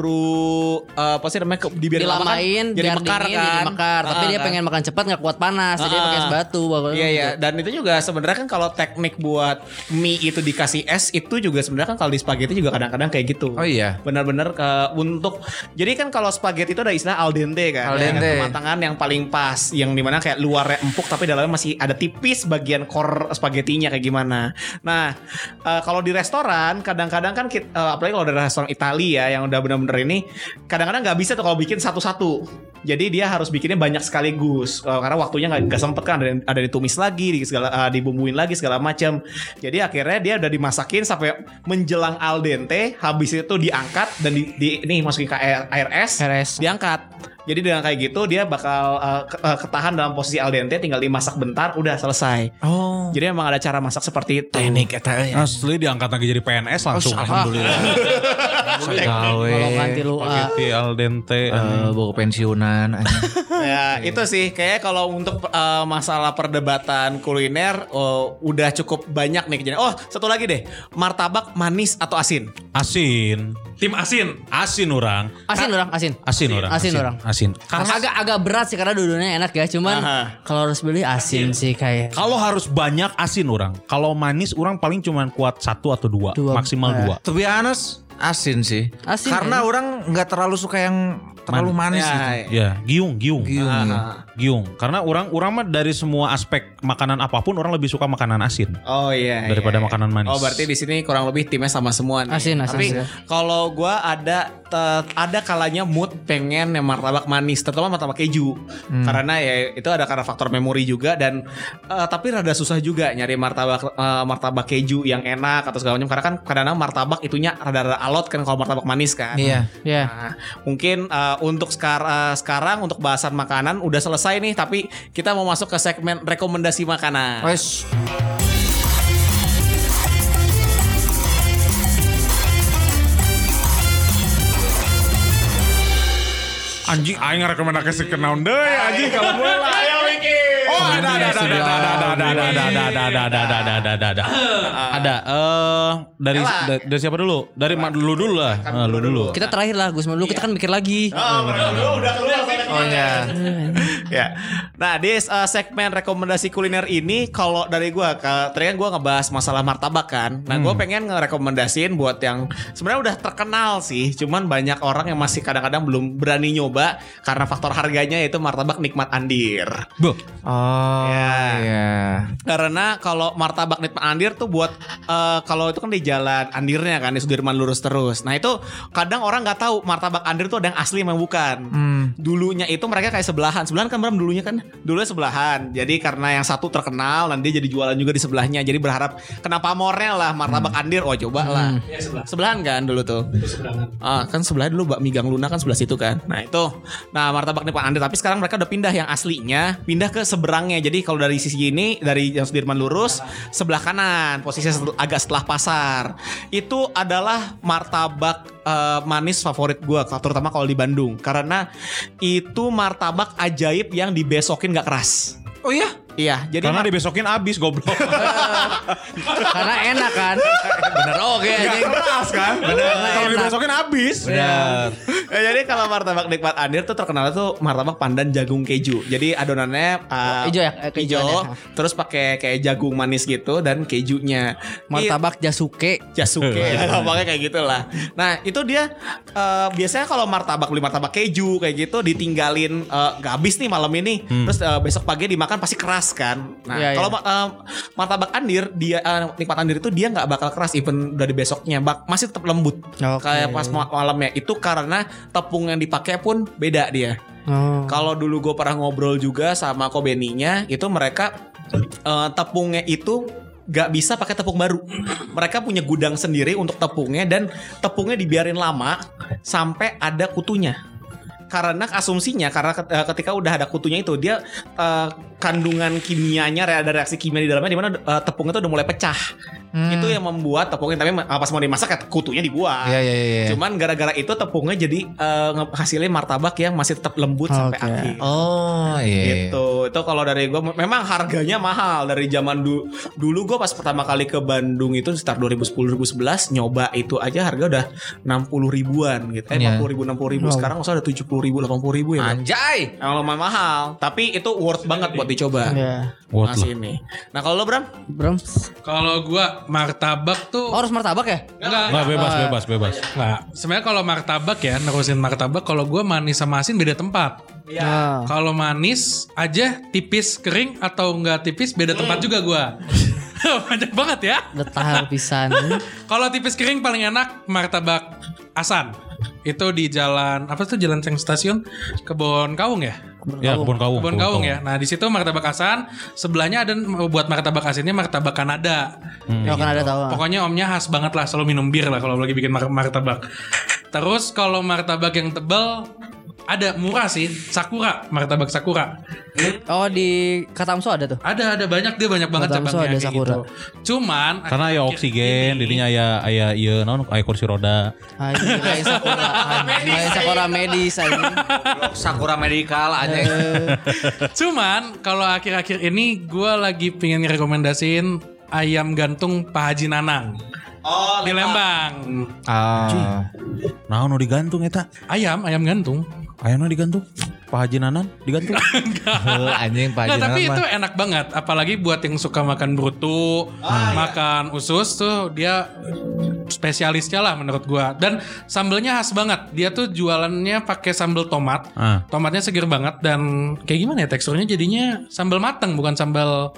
Speaker 1: keburu eh, apa sih namanya ke, dibiarin lama kan
Speaker 5: Dilamain
Speaker 1: jadi
Speaker 5: biar
Speaker 1: mekar
Speaker 5: dingin
Speaker 1: kan.
Speaker 5: jadi mekar tapi
Speaker 1: Ah,
Speaker 5: dia
Speaker 1: kan.
Speaker 5: pengen makan cepat nggak kuat panas jadi dia pakai es
Speaker 1: Ah.
Speaker 5: batu bakal-
Speaker 1: Iya iya dan itu juga sebenarnya kan kalau teknik buat mie itu dikasih es itu juga sebenarnya kan kalau di spaghetti juga kadang-kadang kayak gitu.
Speaker 3: Oh iya.
Speaker 1: Benar-benar ke untuk jadi kan kalau spaghetti itu ada istilah al dente kan.
Speaker 3: Al
Speaker 1: Ya,
Speaker 3: dente.
Speaker 1: Kematangan yang paling pas yang dimana kayak luarnya empuk tapi dalamnya masih ada tipis bagian core spagettinya kayak gimana. Nah, eh, kalau di restoran kadang-kadang kan kit- eh, apalagi kalau dari restoran Italia ya yang udah benar-benar ini kadang-kadang nggak bisa tuh kalau bikin satu-satu. Jadi dia harus bikinnya banyak sekaligus Eh, karena waktunya nggak nggak sempet kan ada yang- ada ditumis lagi, di segala eh, dibumbuin lagi segala macam. Jadi akhirnya dia udah dimasakin sampai menjelang al dente, habis itu diangkat dan di, di- ini masukin ke air, air es,
Speaker 5: Air es.
Speaker 1: diangkat. Jadi dengan kayak gitu dia bakal eh, ke- eh, ketahan dalam posisi posisi al dente tinggal dimasak bentar udah selesai.
Speaker 3: Oh.
Speaker 1: Jadi emang ada cara masak seperti itu.
Speaker 3: Teknik eta ya.
Speaker 4: Asli diangkat lagi jadi PNS
Speaker 5: Oh,
Speaker 4: langsung. Alhamdulillah.
Speaker 3: Gawe.
Speaker 5: Kalau ganti lu ah.
Speaker 4: Spaghetti al dente.
Speaker 3: Eh, bawa pensiunan anjing.
Speaker 1: Ya, itu sih kayaknya kalau untuk eh, masalah perdebatan kuliner eh, udah cukup banyak nih kejadian. Oh, satu lagi deh. Martabak manis atau asin?
Speaker 4: Asin.
Speaker 2: Tim asin.
Speaker 4: Asin orang.
Speaker 5: eh, Asin orang, asin.
Speaker 4: Asin orang.
Speaker 5: Asin orang.
Speaker 4: Asin.
Speaker 5: Karena agak agak berat sih karena dua-duanya enak ya, cuman
Speaker 1: Aha.
Speaker 5: kalau harus beli asin sih kayak.
Speaker 4: Kalau harus banyak asin orang. Kalau manis orang paling cuman kuat satu atau dua,
Speaker 5: Dua.
Speaker 4: maksimal
Speaker 5: Eh.
Speaker 4: dua.
Speaker 3: To be honest, asin ya? sih.
Speaker 5: Asin,
Speaker 3: Karena
Speaker 5: kan?
Speaker 3: orang nggak terlalu suka yang terlalu manis
Speaker 1: Ya,
Speaker 3: gitu.
Speaker 4: Ya, giung, giung.
Speaker 3: Giung, ya.
Speaker 4: Giung. Karena orang orang mah dari semua aspek makanan apapun orang lebih suka makanan asin.
Speaker 1: Oh iya. iya,
Speaker 4: Daripada
Speaker 1: iya.
Speaker 4: makanan manis.
Speaker 1: Oh berarti di sini kurang lebih timnya sama semua nih.
Speaker 5: Asin, asin,
Speaker 1: Tapi
Speaker 5: asin.
Speaker 1: kalau gua ada te- ada kalanya mood pengen yang martabak manis, terutama martabak keju.
Speaker 4: Hmm.
Speaker 1: Karena ya itu ada karena faktor memori juga dan eh, tapi rada susah juga nyari martabak eh, martabak keju yang enak atau segala macam karena kan kadang-kadang martabak itunya rada-rada alot kan kalau martabak manis kan.
Speaker 3: Iya.
Speaker 5: Ya.
Speaker 1: Nah, mungkin eh, untuk sekar- eh, sekarang untuk bahasan makanan udah selesai nih tapi kita mau masuk ke segmen rekomendasi makanan.
Speaker 3: Wes.
Speaker 4: Anjing aing rekomendasi ke naon deui anjing kalau mulai ayo mikir. Oh, ada
Speaker 1: Nah,
Speaker 4: ada ada ada ada ada ada ada ada ada ada ada ada ada ada ada ada. Ada eh dari da- dari siapa dulu? Dari mak dulu dulu lah. Eh, Lu dulu.
Speaker 5: Kita terakhir lah Gus dulu, kita kan mikir lagi.
Speaker 3: Oh ya.
Speaker 1: ya. Nah, di uh, segmen rekomendasi kuliner ini kalau dari gua ka- tadi kan gua ngebahas masalah martabak kan. Nah, gua pengen ngerekomendasiin buat yang sebenarnya udah terkenal sih, cuman banyak orang yang masih kadang-kadang belum berani nyoba karena faktor harganya yaitu martabak nikmat andir.
Speaker 4: Bo,
Speaker 3: Oh.
Speaker 1: Ya.
Speaker 3: Iya.
Speaker 1: Karena kalau martabak nikmat andir tuh buat eh, kalau itu kan di jalan andirnya kan di Sudirman lurus terus. Nah, itu kadang orang nggak tahu martabak andir tuh ada yang asli memang bukan
Speaker 3: Hmm.
Speaker 1: dulunya itu mereka kayak sebelahan sebelahan kan Bram dulunya kan dulunya sebelahan jadi karena yang satu terkenal dan dia jadi jualan juga di sebelahnya jadi berharap kenapa morel lah martabak andir oh coba lah sebelahan kan dulu tuh ah, kan sebelah dulu bakmi gang luna kan sebelah situ kan nah itu nah martabak nikmat andir tapi sekarang mereka udah pindah yang aslinya pindah ke seberangnya jadi kalau dari sisi ini dari yang Sudirman lurus sebelah kanan posisinya setel- agak setelah pasar itu adalah martabak eh, manis favorit gue terutama kalau di Bandung karena itu martabak ajaib yang dibesokin gak keras
Speaker 3: Oh ya.
Speaker 1: iya jadi
Speaker 4: karena dibesokin abis goblok.
Speaker 5: Karena enak kan. Bener oke anjing.
Speaker 4: Keras kan? Kalau dibesokin abis.
Speaker 3: Benar.
Speaker 1: Ya, jadi kalau martabak nikmat Andir tuh terkenal tuh martabak pandan jagung keju. Jadi adonannya uh,
Speaker 5: Ijo ya, eh,
Speaker 1: ijo,
Speaker 5: kejuannya.
Speaker 1: terus pakai kayak jagung manis gitu dan kejunya.
Speaker 5: Martabak Jasuke.
Speaker 1: Jasuke gampangnya kayak gitulah. Nah itu dia eh, biasanya kalau martabak beli martabak keju kayak gitu ditinggalin eh, nggak habis nih malam ini, terus eh, besok pagi dimakan pasti keras kan. Nah
Speaker 5: Hmm. Iya,
Speaker 1: kalau
Speaker 5: iya.
Speaker 1: ma- eh, martabak andir dia eh, nikmat andir itu dia nggak bakal keras even dari besoknya, bak masih tetap lembut.
Speaker 5: Oke.
Speaker 1: Kayak pas ma- malamnya itu karena tepung yang dipakai pun beda dia.
Speaker 5: Oh.
Speaker 1: Kalau dulu gue pernah ngobrol juga sama Kobeninya, itu mereka eh, tepungnya itu gak bisa pakai tepung baru. Mereka punya gudang sendiri untuk tepungnya dan tepungnya dibiarin lama sampai ada kutunya. Karena asumsinya karena ket- eh, ketika udah ada kutunya itu dia eh, kandungan kimianya re- ada reaksi kimia di dalamnya di mana eh, tepungnya itu udah mulai pecah. Itu yang membuat tepungnya tapi eh, pas mau dimasak ya kutunya dibuang.
Speaker 3: Iya iya iya.
Speaker 1: Cuman gara-gara itu tepungnya jadi eh, nge- hasilnya martabak yang masih tetap lembut sampai
Speaker 5: Oke.
Speaker 1: akhir.
Speaker 3: Oh iya.
Speaker 1: Gitu. Itu kalau dari gue memang harganya mahal dari zaman du- dulu gue pas pertama kali ke Bandung itu sekitar 2010-2011 nyoba itu aja harga udah 60 ribuan gitu. Eh
Speaker 3: Iya.
Speaker 1: 40 ribu 60 ribu sekarang usah ada 70 ribu 80 ribu ya. Bang.
Speaker 3: Anjay.
Speaker 1: Emang lumayan mahal, tapi itu worth banget buat dicoba.
Speaker 3: Iya.
Speaker 5: Ya.
Speaker 4: Worth
Speaker 1: Masih ini. Nah, kalau lo Bram?
Speaker 5: Bram.
Speaker 2: Kalau gua martabak tuh
Speaker 5: Oh, harus martabak ya?
Speaker 2: enggak
Speaker 4: Enggak bebas, bebas, bebas.
Speaker 2: Nah, sebenarnya kalau martabak ya, nerusin martabak kalau gua manis sama asin beda tempat.
Speaker 5: Iya.
Speaker 2: Kalau manis aja tipis kering atau enggak tipis beda tempat juga gua. Banyak banget ya.
Speaker 5: Getahar pisan.
Speaker 2: Kalau tipis kering paling enak martabak Asan. Itu di jalan apa tuh jalan Ceng Stasiun Kebon Kaung ya?
Speaker 4: Ya,
Speaker 5: Iya.
Speaker 4: kebun kawung.
Speaker 2: Kebon Kaung ya. Nah, di situ martabak Asan, sebelahnya ada buat martabak asinnya martabak Kanada.
Speaker 5: Kalau kan ada tahu. ah.
Speaker 2: Pokoknya omnya khas banget lah selalu minum bir lah kalau lagi bikin mar- martabak. Terus kalau martabak yang tebal Ada murah sih, Sakura, martabak Sakura.
Speaker 5: Oh di Katamso ada tuh.
Speaker 2: Ada ada banyak dia banyak banget
Speaker 5: Katamso
Speaker 2: cabangnya
Speaker 5: ada
Speaker 2: kayak
Speaker 5: Sakura.
Speaker 2: gitu. Cuman
Speaker 4: Karena ya
Speaker 2: akhir-akhir
Speaker 4: oksigen,
Speaker 2: ini-
Speaker 4: dirinya ya aya iya non aya kursi roda.
Speaker 5: Anjing, kayak Sakura. Anjing, kayak Sakura medis anjing.
Speaker 3: Sakura Medical aja.
Speaker 2: Cuman kalau akhir-akhir ini gue lagi pengen ngerekomendasin ayam gantung Pak Haji Nanang
Speaker 6: Oh,
Speaker 2: di Lembang.
Speaker 3: Ah.
Speaker 4: Nah, no digantung eta.
Speaker 2: Ayam ayam gantung.
Speaker 4: Aya no digantung. Pak Haji Nanan digantung.
Speaker 3: Heh, anjing Pak
Speaker 2: Nggak,
Speaker 3: Haji
Speaker 2: tapi
Speaker 3: Nanan
Speaker 2: itu
Speaker 3: mah.
Speaker 2: enak banget. Apalagi buat yang suka makan bruto,
Speaker 5: Ah, iya.
Speaker 2: makan usus tuh dia spesialisnya lah menurut gua. Dan sambelnya khas banget. Dia tuh jualannya pakai sambel tomat.
Speaker 4: Ah.
Speaker 2: Tomatnya seger banget dan kayak gimana ya teksturnya jadinya sambal mateng bukan sambal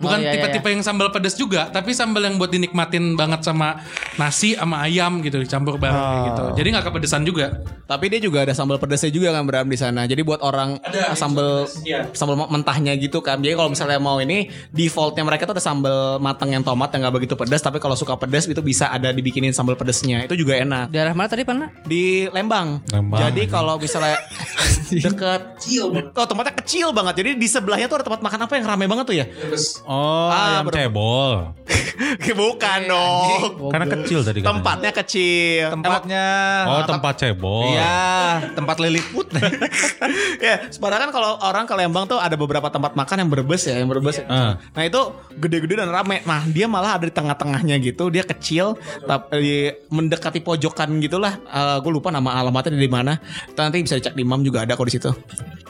Speaker 2: bukan
Speaker 5: iya, iya,
Speaker 2: tipe-tipe yang sambal pedas juga tapi sambal yang buat dinikmatin banget sama nasi sama ayam gitu dicampur bareng kayak
Speaker 5: Oh.
Speaker 2: gitu. Jadi nggak kepedesan juga.
Speaker 1: Tapi dia juga ada sambal pedasnya juga kan Bram di sana. Jadi buat orang
Speaker 2: Ada,
Speaker 1: eh, sambal
Speaker 2: sambal pedas, iya.
Speaker 1: sambal mentahnya gitu kan. Jadi kalau misalnya mau ini defaultnya mereka tuh ada sambal matang yang tomat yang nggak begitu pedas. Tapi kalau suka pedas itu bisa ada dibikinin sambal pedasnya. Itu juga enak.
Speaker 5: Daerah mana tadi Pak?
Speaker 1: di Lembang.
Speaker 4: Lembang.
Speaker 1: Jadi kalau misalnya deket Oh, tempatnya kecil banget. Jadi di sebelahnya tuh ada tempat makan apa yang rame banget tuh ya?
Speaker 4: Oh,
Speaker 1: Ah,
Speaker 4: ayam
Speaker 1: bener.
Speaker 4: cebol.
Speaker 1: Bukan
Speaker 2: Iya,
Speaker 1: dong.
Speaker 4: Karena kecil tadi katanya.
Speaker 1: Tempatnya kecil.
Speaker 3: Tempatnya.
Speaker 4: Oh, tempat cebol.
Speaker 3: Iya, tempat liliput.
Speaker 1: Emang- ya, sebenarnya kan kalau orang ke Lembang tuh ada beberapa tempat makan yang berbes ya, yang berbes.
Speaker 5: Iya.
Speaker 4: Ah.
Speaker 1: Nah, itu gede-gede dan rame. Nah, dia malah ada di tengah-tengahnya gitu. Dia kecil tapi mendekati pojokan gitulah. Eh gue lupa nama alamatnya di mana. Nanti bisa dicek di Mam juga ada kok di situ.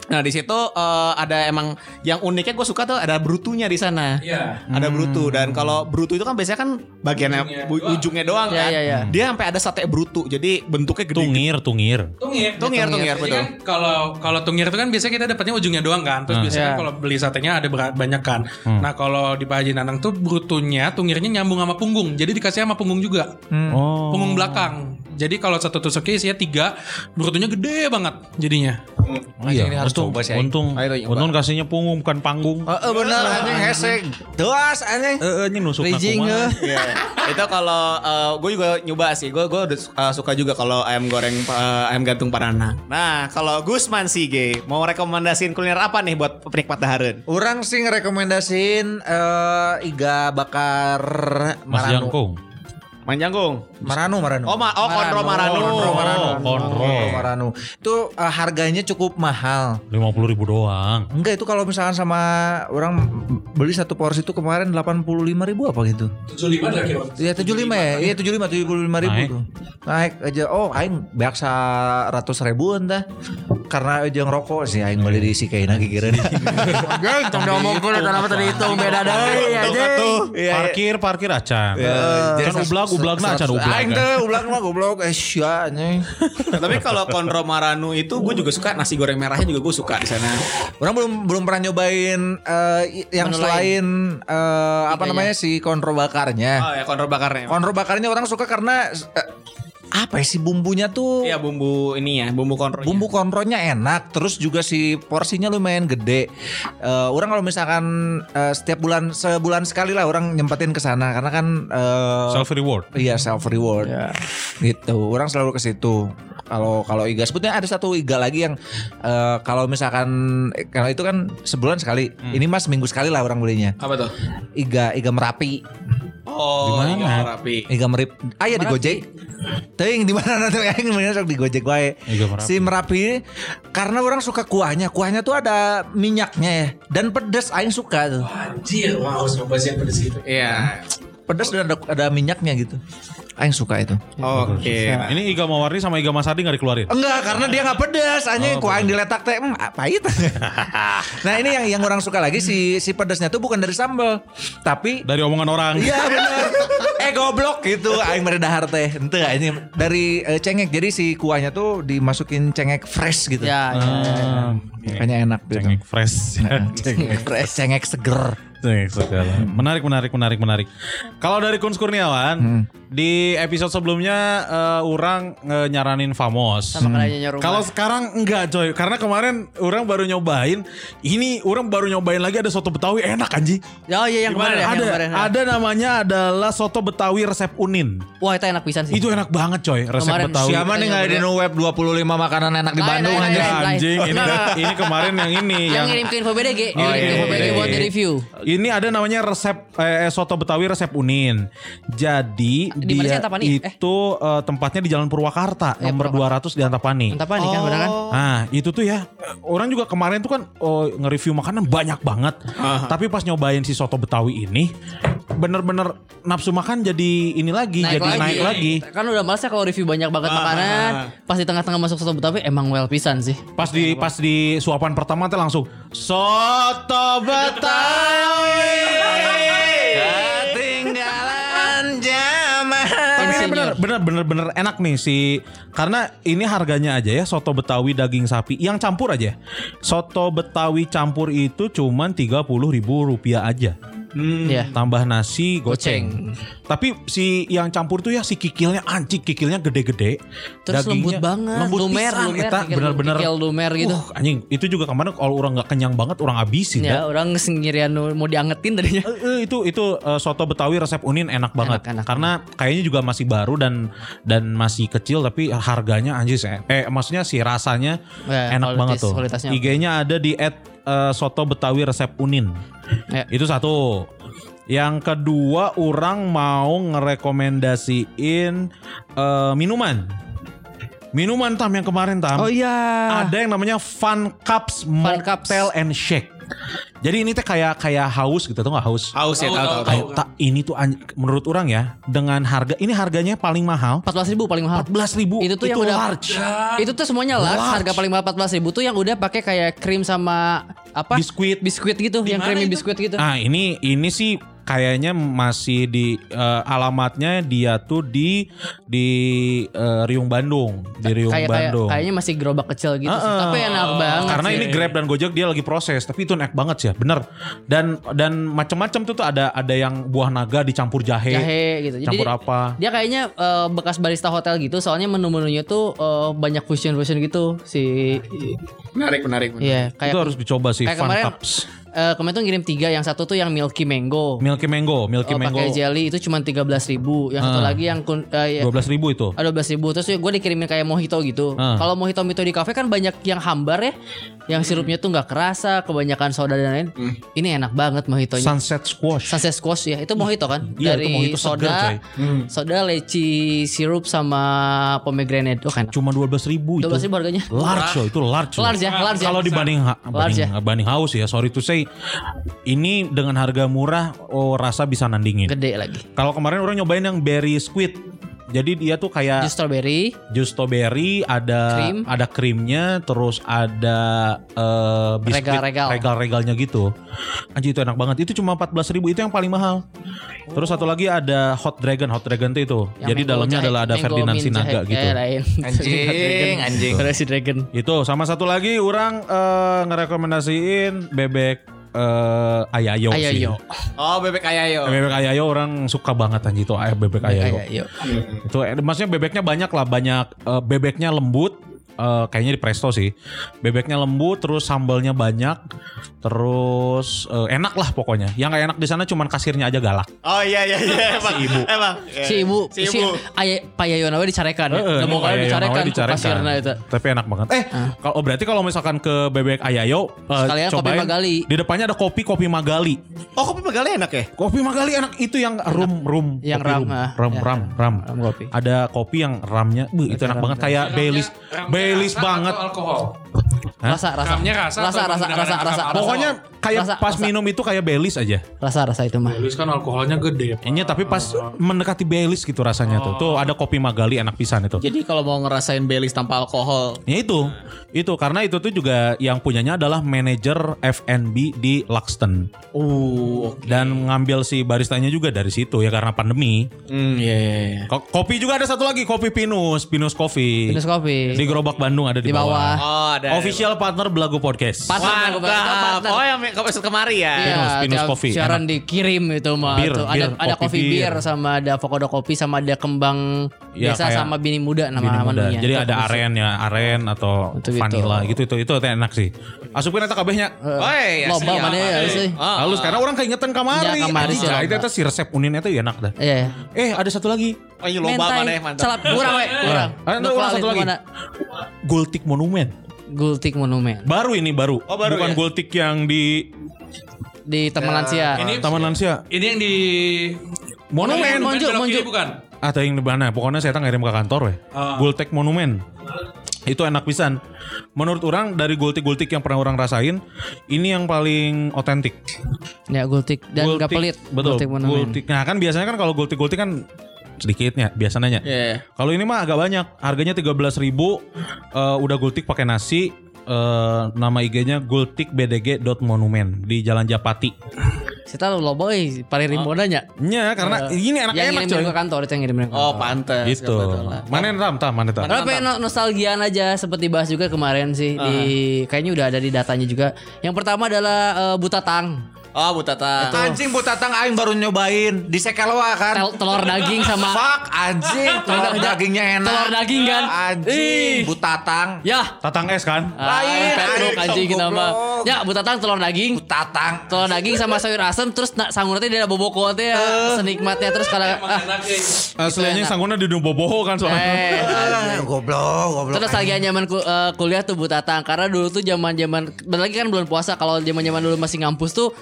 Speaker 1: Nah, di situ eh, ada emang yang uniknya gue suka tuh ada brutunya di sana.
Speaker 2: Iya.
Speaker 1: ada brutu
Speaker 5: Hmm.
Speaker 1: dan kalau brutu itu kan biasanya kan bagiannya
Speaker 2: Ujungnya
Speaker 1: bu-
Speaker 2: doang.
Speaker 1: ujungnya doang
Speaker 5: Iya,
Speaker 1: kan.
Speaker 5: iya, iya.
Speaker 1: Dia sampai ada sate brutu. Jadi bentuknya gede.
Speaker 3: Gitu.
Speaker 4: Tungir, tungir.
Speaker 2: Tungir.
Speaker 1: Tungir, tungir,
Speaker 2: Jadi
Speaker 1: betul.
Speaker 2: kan kalau kalau tungir itu kan biasanya kita dapatnya ujungnya doang kan. Terus biasanya
Speaker 5: Iya.
Speaker 2: kalau beli satenya ada ber- banyak kan. Nah, kalau di Pak Haji Nanang tuh brutunya tungirnya nyambung sama punggung. Jadi dikasih sama punggung juga.
Speaker 3: Hmm.
Speaker 4: Oh.
Speaker 2: Punggung belakang. Jadi kalau satu tusuknya isinya tiga, brutunya gede banget jadinya.
Speaker 4: Oh, iya.
Speaker 3: Ini harus
Speaker 4: untung,
Speaker 3: coba sih, Aing.
Speaker 4: untung,
Speaker 3: Ayo, coba.
Speaker 4: untung kasihnya punggung bukan panggung.
Speaker 1: Oh,
Speaker 3: Heeh, bener
Speaker 1: Iya.
Speaker 3: anjing hesek. Dewas anjing.
Speaker 4: Eh, eh, ini nusuk
Speaker 5: Rijing
Speaker 4: nakuman.
Speaker 5: eh.
Speaker 1: Iya. itu kalau gue juga nyoba sih. Gue gue suka juga kalau ayam goreng eh, ayam gantung parana. Nah, kalau Gusman Sige mau rekomendasiin kuliner apa nih buat penikmat Daharun?
Speaker 3: Orang sih ngerekomendasin eh, iga bakar
Speaker 4: Mas
Speaker 3: maranu.
Speaker 4: Jangkung.
Speaker 1: Manjanggung.
Speaker 3: Maranu, maranu.
Speaker 1: Oh, ma oh konro maranu.
Speaker 3: Konro maranu.
Speaker 4: Oh, konro.
Speaker 3: Konro maranu. Itu eh, harganya cukup mahal.
Speaker 4: Lima puluh ribu doang.
Speaker 3: Enggak itu kalau misalkan sama orang beli satu porsi itu kemarin 85 ribu apa gitu.
Speaker 2: 75 ada kira.
Speaker 3: Iya 75 ya. Iya 75 75 ribu
Speaker 4: Naik.
Speaker 3: tuh. Naik aja. Oh, aing beak ratus ribu entah. Karena aja ngerokok sih aing beli di Sikaina Iya. kikireun.
Speaker 5: Anjing, tong diomong kulit kenapa tadi hitung beda deui anjing.
Speaker 3: Iya,
Speaker 4: Parkir, parkir Kan acan.
Speaker 3: Eh,
Speaker 4: Can ublag, ublagna acan ublag.
Speaker 3: Aing teh ublak mah goblok. Eh sia anjing.
Speaker 1: Nah, tapi kalau konro maranu itu gue juga suka nasi goreng merahnya juga gue suka di sana.
Speaker 3: Orang belum belum pernah nyobain eh, i- yang
Speaker 5: Menu
Speaker 3: selain eh, apa
Speaker 5: Ikanya.
Speaker 3: namanya si konro bakarnya.
Speaker 1: Oh ya konro bakarnya.
Speaker 3: Konro bakarnya orang suka karena eh, apa sih bumbunya tuh
Speaker 1: Iya bumbu ini ya, bumbu konro.
Speaker 3: Bumbu konronya enak, terus juga si porsinya lumayan gede. Eh, orang kalau misalkan eh, setiap bulan sebulan sekali lah orang nyempetin ke sana karena kan eh,
Speaker 4: Self reward.
Speaker 3: iya self reward. Gitu. Orang selalu ke situ. Kalau kalau iga sebetulnya ada satu iga lagi yang eh, kalau misalkan eh, kalau itu kan sebulan sekali. Ini mas minggu sekali lah orang belinya.
Speaker 1: Apa tuh?
Speaker 3: Iga iga merapi,
Speaker 1: Oh,
Speaker 4: Di mana?
Speaker 1: iya, rapi.
Speaker 3: iga merip. Ah ya di Gojek. Teuing di mana nanti aing mendingan sok di Gojek wae.
Speaker 4: Iga merapi.
Speaker 3: Si Merapi karena orang suka kuahnya. Kuahnya tuh ada minyaknya ya dan pedes aing suka tuh.
Speaker 2: Anjir, wah harus nyoba sih yang pedes itu.
Speaker 1: Iya.
Speaker 3: Pedes dan ada, ada minyaknya gitu. Aing suka itu.
Speaker 1: Oke.
Speaker 3: Iya.
Speaker 4: Nah, Ini Iga Mawarni sama Iga Mas Adi gak dikeluarin?
Speaker 3: Enggak, karena dia nggak pedes.
Speaker 4: Oh,
Speaker 3: Hanya kuah yang diletak teh hmm, ah, pahit. nah, ini yang yang orang suka lagi si si pedesnya tuh bukan dari sambal, tapi
Speaker 4: Dari omongan orang.
Speaker 3: Iya benar. eh goblok gitu aing mere dahar teh. Henteu ini dari eh, cengek. Jadi si kuahnya tuh dimasukin cengek fresh gitu.
Speaker 5: Ya, ya.
Speaker 4: Ah,
Speaker 3: Kayaknya enak gitu.
Speaker 4: Cengek fresh.
Speaker 3: Nah, cengek fresh, cengek seger.
Speaker 4: Nih, segala. Menarik, menarik, menarik, menarik. Kalau dari Kun Kurniawan,
Speaker 3: Hmm.
Speaker 4: di episode sebelumnya eh, orang eh, nyaranin Famos.
Speaker 5: Sama kerajanya rumah.
Speaker 4: Kalau sekarang enggak coy, karena kemarin orang baru nyobain, ini orang baru nyobain lagi ada soto Betawi enak anji.
Speaker 5: Oh iya yang kemarin ya, yang
Speaker 4: ada,
Speaker 5: kemarin.
Speaker 4: ada namanya adalah soto Betawi resep unin.
Speaker 5: Wah itu enak pisan sih.
Speaker 4: Itu enak banget coy, resep
Speaker 5: Kemarin
Speaker 4: Betawi.
Speaker 5: siapa
Speaker 3: Siapa nih nggak ada no web 25 makanan enak di
Speaker 5: Lain,
Speaker 3: Bandung
Speaker 5: lain,
Speaker 3: aja.
Speaker 4: Ya,
Speaker 5: lain.
Speaker 4: anjing, ini,
Speaker 5: Enggak, enggak, enggak.
Speaker 4: ini kemarin yang ini
Speaker 5: yang
Speaker 4: yang
Speaker 5: ngirim ke info BDG,
Speaker 4: Oh,
Speaker 5: ngirim ke
Speaker 4: iya,
Speaker 5: info
Speaker 4: iya,
Speaker 5: BDG
Speaker 4: iya.
Speaker 5: buat di review.
Speaker 4: Ini ada namanya resep eh, eh, soto Betawi resep unin. Jadi
Speaker 5: Di mana sih
Speaker 4: dia
Speaker 5: Antapani? Eh.
Speaker 4: itu eh, tempatnya di Jalan Purwakarta
Speaker 5: Iya,
Speaker 4: nomor 200 di Antapani.
Speaker 5: Entah apa nih kan bener kan?
Speaker 4: Nah itu tuh ya eh, orang juga kemarin tuh kan oh, nge-review makanan banyak banget. Tapi pas nyobain si soto Betawi ini bener-bener nafsu makan jadi ini lagi jadi naik lagi. Nah,
Speaker 5: Kan udah males ya kalau review banyak banget makanan, pas di tengah-tengah masuk soto Betawi emang well pisan sih.
Speaker 4: Pas di pas di suapan pertama tuh langsung soto Betawi.
Speaker 3: Ketinggalan zaman.
Speaker 4: Tapi ini
Speaker 5: Insinyur.
Speaker 4: bener, bener, bener, bener enak nih si karena ini harganya aja ya soto betawi daging sapi yang campur aja. Soto betawi campur itu cuman tiga ribu rupiah aja.
Speaker 5: Iya.
Speaker 4: Tambah nasi goceng. Tapi si yang campur tuh ya si kikilnya anjing kikilnya gede-gede.
Speaker 5: Terus
Speaker 4: Dagingnya
Speaker 5: lembut banget, lumer,
Speaker 4: pisan,
Speaker 5: lumer,
Speaker 4: eta.
Speaker 5: kikil-
Speaker 4: bener-bener.
Speaker 5: kikil lumer gitu.
Speaker 4: Uh, anjing itu juga kemarin kalau orang nggak kenyang banget orang abisin
Speaker 5: Ya
Speaker 4: dah.
Speaker 5: orang sendirian mau diangetin tadinya.
Speaker 4: Eh, eh, itu itu eh, soto Betawi resep Unin enak banget
Speaker 5: enak.
Speaker 4: karena kayaknya juga masih baru dan dan masih kecil tapi harganya anjir sih. eh maksudnya sih rasanya
Speaker 5: Eh,
Speaker 4: enak
Speaker 5: kualitas-
Speaker 4: banget tuh
Speaker 5: kualitasnya.
Speaker 4: IG-nya ada di at, eh, soto Betawi resep Unin
Speaker 5: Ya.
Speaker 4: itu satu yang kedua orang mau ngerekomendasiin eh, minuman minuman tam yang kemarin tam
Speaker 5: Oh iya.
Speaker 4: ada yang namanya Fun Cups Mocktail
Speaker 5: Cups.
Speaker 4: and Shake. Jadi ini teh kayak kayak haus gitu tuh nggak haus?
Speaker 1: Haus ya,
Speaker 2: Tahu,
Speaker 1: tahu,
Speaker 2: tahu,
Speaker 1: tahu.
Speaker 4: Kayak tak ini tuh anj- menurut orang ya dengan harga ini harganya paling mahal
Speaker 5: 14 ribu paling mahal.
Speaker 4: 14.000 ribu
Speaker 5: Itu tuh yang udah Nah,
Speaker 4: large.
Speaker 5: Itu tuh semuanya large,
Speaker 4: Large.
Speaker 5: harga paling mahal 14 ribu tuh yang udah pakai kayak krim sama apa?
Speaker 4: Biskuit.
Speaker 5: Biskuit gitu, yang creamy biskuit gitu.
Speaker 4: Nah ini ini sih kayaknya masih di eh, alamatnya dia tuh di di eh, Riung Bandung di Riung
Speaker 5: kayak kayak
Speaker 4: Bandung.
Speaker 5: kayaknya masih gerobak kecil gitu sih.
Speaker 4: Heeh.
Speaker 5: Tapi enak banget.
Speaker 4: Karena
Speaker 5: sih.
Speaker 4: ini Grab dan Gojek dia lagi proses, tapi itu enak banget sih, ya, bener. Dan dan macam-macam tuh tuh ada ada yang buah naga dicampur jahe,
Speaker 5: jahe gitu. Jadi
Speaker 4: campur apa?
Speaker 5: Dia kayaknya eh, bekas barista hotel gitu. Soalnya menu-menunya tuh eh, banyak fusion-fusion gitu si
Speaker 1: Menarik, menarik. menarik.
Speaker 5: Iya, kayak
Speaker 4: itu harus dicoba sih.
Speaker 5: kayak
Speaker 4: Fun
Speaker 5: kemarin-
Speaker 4: Cups,
Speaker 5: eh, kemarin tuh ngirim tiga, yang satu tuh yang Milky Mango.
Speaker 4: Milky Mango, Milky
Speaker 5: Eh,
Speaker 4: Mango,
Speaker 5: pakai jelly itu cuma 13.000 ribu yang satu lagi yang kun, eh, ya,
Speaker 4: dua belas ribu itu.
Speaker 5: ada 12 ribu terus gue dikirimin kayak mojito gitu
Speaker 4: Ah.
Speaker 5: kalau mojito mojito di kafe kan banyak yang hambar ya yang sirupnya tuh nggak kerasa kebanyakan soda dan lain ini enak banget mojitonya
Speaker 4: Sunset Squash.
Speaker 5: sunset squash ya itu mojito kan
Speaker 4: Iya, itu
Speaker 5: dari
Speaker 4: mojito seger,
Speaker 5: soda
Speaker 4: coy.
Speaker 5: soda leci sirup sama pomegranate oh enak
Speaker 4: Cuma dua belas ribu itu.
Speaker 5: 12 ribu harganya
Speaker 4: Large coy, itu large. coy.
Speaker 5: Large ya, large ya.
Speaker 4: Kalau dibanding ha-
Speaker 5: Large
Speaker 4: banding, banding haus ya, sorry to say, ini dengan harga murah, oh rasa bisa nandingin.
Speaker 5: gede lagi
Speaker 4: Kalau kemarin orang nyobain yang berry squid, jadi dia tuh kayak
Speaker 5: Jus strawberry
Speaker 4: jus strawberry ada
Speaker 5: Krim.
Speaker 4: ada krimnya terus ada eh, biskuit
Speaker 5: Regal-regal.
Speaker 4: regal-regalnya gitu anjir itu enak banget itu cuma 14.000 itu yang paling mahal terus satu lagi ada hot dragon hot dragon tuh itu
Speaker 5: yang
Speaker 4: jadi
Speaker 5: mango
Speaker 4: dalamnya
Speaker 5: jahe-
Speaker 4: adalah ada
Speaker 5: mango
Speaker 4: Ferdinand
Speaker 5: mint
Speaker 4: Sinaga
Speaker 5: jahe.
Speaker 4: gitu
Speaker 5: Eh, lain
Speaker 3: Anjing, anjing.
Speaker 5: Ada si dragon
Speaker 4: itu Gitu. sama satu lagi orang eh, ngerekomendasiin bebek eh, ayayo
Speaker 5: ayo
Speaker 4: sih Eh,
Speaker 5: yo
Speaker 1: Oh, bebek ayayo.
Speaker 4: Bebek ayayo orang suka banget anjir itu ayam bebek ayayo.
Speaker 5: ayo
Speaker 4: Itu eh, maksudnya bebeknya banyak lah, banyak eh, bebeknya lembut. eh, kayaknya di presto sih bebeknya lembut terus sambalnya banyak terus eh, enak lah pokoknya yang gak enak di sana cuman kasirnya aja galak
Speaker 6: Oh iya iya iya emang.
Speaker 4: ibu.
Speaker 6: Emang. Iya.
Speaker 5: si ibu
Speaker 6: Si ibu.
Speaker 5: ayah pak Yayona we dicarekan ya
Speaker 4: Eh, eh,
Speaker 5: mau
Speaker 4: ayayo
Speaker 5: dicarekan
Speaker 4: namanya
Speaker 5: ku pasirna itu
Speaker 4: tapi enak banget eh kalau oh, berarti kalau misalkan ke bebek ayayo eh,
Speaker 5: Sekalian kopi Magali.
Speaker 4: di depannya ada kopi kopi magali
Speaker 1: Oh, kopi pegalnya enak ya?
Speaker 4: kopi magali enak itu yang rum rum
Speaker 5: Yang
Speaker 4: kopi
Speaker 5: ram,
Speaker 4: rum
Speaker 5: ah.
Speaker 4: ram
Speaker 5: Ya.
Speaker 4: ram ram.
Speaker 5: Ram kopi.
Speaker 4: ada kopi yang ramnya Beuh, itu enak banget kayak belis belis banget
Speaker 2: Alkohol.
Speaker 4: Hah?
Speaker 5: rasa rasa
Speaker 2: Ramnya rasa
Speaker 5: rasa rasa
Speaker 2: atau
Speaker 5: rasa
Speaker 2: menggunakan
Speaker 5: rasa
Speaker 2: rasa?
Speaker 4: Pokoknya kayak
Speaker 5: Rasa-
Speaker 4: pas
Speaker 5: rasa.
Speaker 4: minum itu kayak belis aja.
Speaker 5: rasa rasa itu mah
Speaker 2: Belis kan alkoholnya gede. Pak.
Speaker 4: Ini tapi pas mendekati belis gitu rasanya tuh. Tuh ada kopi Magali enak pisan itu.
Speaker 1: Jadi kalau mau ngerasain belis tanpa alkohol,
Speaker 4: Ya itu. Itu karena itu tuh juga yang punyanya adalah manajer F&B di Luxton
Speaker 1: uh,
Speaker 5: Oh,
Speaker 4: dan ngambil si baristanya juga dari situ ya karena pandemi.
Speaker 1: hmm, ya, ya, ya.
Speaker 4: Ko- Kopi juga ada satu lagi kopi Pinus, Pinus Coffee.
Speaker 5: minus kopi
Speaker 4: Di Gerobak Bandung ada di,
Speaker 5: Di
Speaker 4: bawah.
Speaker 5: bawah.
Speaker 1: Oh, ada.
Speaker 4: Official adalah partner Belagu Podcast.
Speaker 5: Pas- Partner,
Speaker 1: Mantap.
Speaker 5: partner.
Speaker 1: Oh yang me- episode kemari ya.
Speaker 4: Pinus, Pinus
Speaker 5: Iya, tiap
Speaker 4: Coffee,
Speaker 5: Siaran dikirim itu mah.
Speaker 4: Bir,
Speaker 5: tuh. Ada
Speaker 4: bir,
Speaker 5: ada
Speaker 4: kopi
Speaker 5: kopi
Speaker 4: bir.
Speaker 5: bir sama ada avocado kopi sama ada kembang
Speaker 4: Ya,
Speaker 5: biasa
Speaker 4: kayak
Speaker 5: sama bini muda nama
Speaker 4: Bini muda.
Speaker 5: menunya.
Speaker 4: Jadi
Speaker 5: Itu
Speaker 4: ada
Speaker 5: bagus.
Speaker 4: aren ya, aren atau
Speaker 5: Itu-gitu.
Speaker 4: vanilla gitu itu itu enak sih. Asupin eta kabehnya.
Speaker 5: Eh.
Speaker 4: Ah,
Speaker 1: Woi,
Speaker 5: Loba mana ya sih?
Speaker 1: Oh.
Speaker 4: Halus karena orang keingetan kamari.
Speaker 5: Ya, kamari
Speaker 4: Anjing,
Speaker 5: sih,
Speaker 4: nah,
Speaker 5: loba.
Speaker 4: itu itu si resep unin itu enak dah.
Speaker 5: Iya. iya.
Speaker 4: Eh, ada satu lagi.
Speaker 1: Oh, iya loba
Speaker 5: Mentai.
Speaker 1: mana ya mantap.
Speaker 5: Celap kurang we, kurang.
Speaker 4: Ah, entar
Speaker 5: Nuk
Speaker 4: orang satu
Speaker 5: lalit
Speaker 4: lagi.
Speaker 5: mana?
Speaker 4: Gultik Monumen.
Speaker 5: Gultik Monumen
Speaker 4: Baru ini baru.
Speaker 1: Oh, baru ya?
Speaker 4: Bukan Gultik yang di
Speaker 5: di ya. Taman Lansia.
Speaker 2: Ini
Speaker 1: ya?
Speaker 4: Taman Lansia.
Speaker 2: Ini yang di
Speaker 4: Monumen.
Speaker 1: Kan
Speaker 5: Monumen. Monjuk,
Speaker 2: Belok kiri
Speaker 5: monjuk.
Speaker 2: bukan?
Speaker 4: Atau yang di mana? Pokoknya saya tak ngirim ke kantor weh.
Speaker 2: Ah.
Speaker 4: Gultik Monumen. Itu enak pisan. Menurut orang dari gultik-gultik yang pernah orang rasain, ini yang paling otentik.
Speaker 5: Ya Gultik dan
Speaker 4: Gultik,
Speaker 5: gak pelit.
Speaker 4: Betul.
Speaker 5: Gultik
Speaker 4: Gultik,
Speaker 5: Monumen.
Speaker 4: Nah, kan biasanya kan kalau gultik-gultik kan sedikitnya biasanya. ya.
Speaker 1: Iya.
Speaker 4: Kalau ini mah agak banyak. Harganya 13.000 ribu. eh, udah gultik pakai nasi. Eh, nama IG-nya gultikbdg.monumen di Jalan Japati.
Speaker 5: Kita lo lobo eh paling rimbonanya.
Speaker 4: Nya karena ini enak enak
Speaker 5: Iya. Yang ngirim kan? Iya,
Speaker 4: coy.
Speaker 5: ke kantor itu yang ngirim ke
Speaker 1: Oh,
Speaker 5: kantor.
Speaker 1: pantes.
Speaker 4: Gitu.
Speaker 1: kebetulan.
Speaker 4: Mana yang ram, Tam? Mana Tam?
Speaker 5: Karena pengen no- nostalgiaan aja seperti bahas juga kemarin sih di kayaknya udah ada di datanya juga. Yang pertama adalah eh, buta tang,
Speaker 1: Oh, Bu Tata.
Speaker 3: Anjing butatang aing baru nyobain di Sekelwa kan.
Speaker 5: Tel- telur daging sama
Speaker 3: Fuck anjing, telur dagingnya enak.
Speaker 5: telur daging kan.
Speaker 3: Anjing,
Speaker 5: Ih.
Speaker 3: butatang.
Speaker 5: ya.
Speaker 4: Tatang es kan?
Speaker 3: Lain,
Speaker 5: Ah, Petruk
Speaker 3: anjing,
Speaker 5: anjing kita mah.
Speaker 3: goblok.
Speaker 5: Ya buta tang telur daging.
Speaker 3: Butatang.
Speaker 5: Telur daging sama sayur asem terus nak sanggurnya dia ada boboko
Speaker 3: Eh.
Speaker 5: teh ya. Senikmatnya terus kalau ah,
Speaker 2: Enak ya.
Speaker 4: Eh, Selainnya
Speaker 5: enak.
Speaker 4: sangguna di boboho kan soalnya.
Speaker 5: eh,
Speaker 3: Eh, Goblok, goblok.
Speaker 5: Terus nostalgia nyaman ku- eh, kuliah tuh Bu Tatang karena dulu tuh zaman-zaman lagi kan bulan puasa kalau zaman-zaman dulu masih ngampus tuh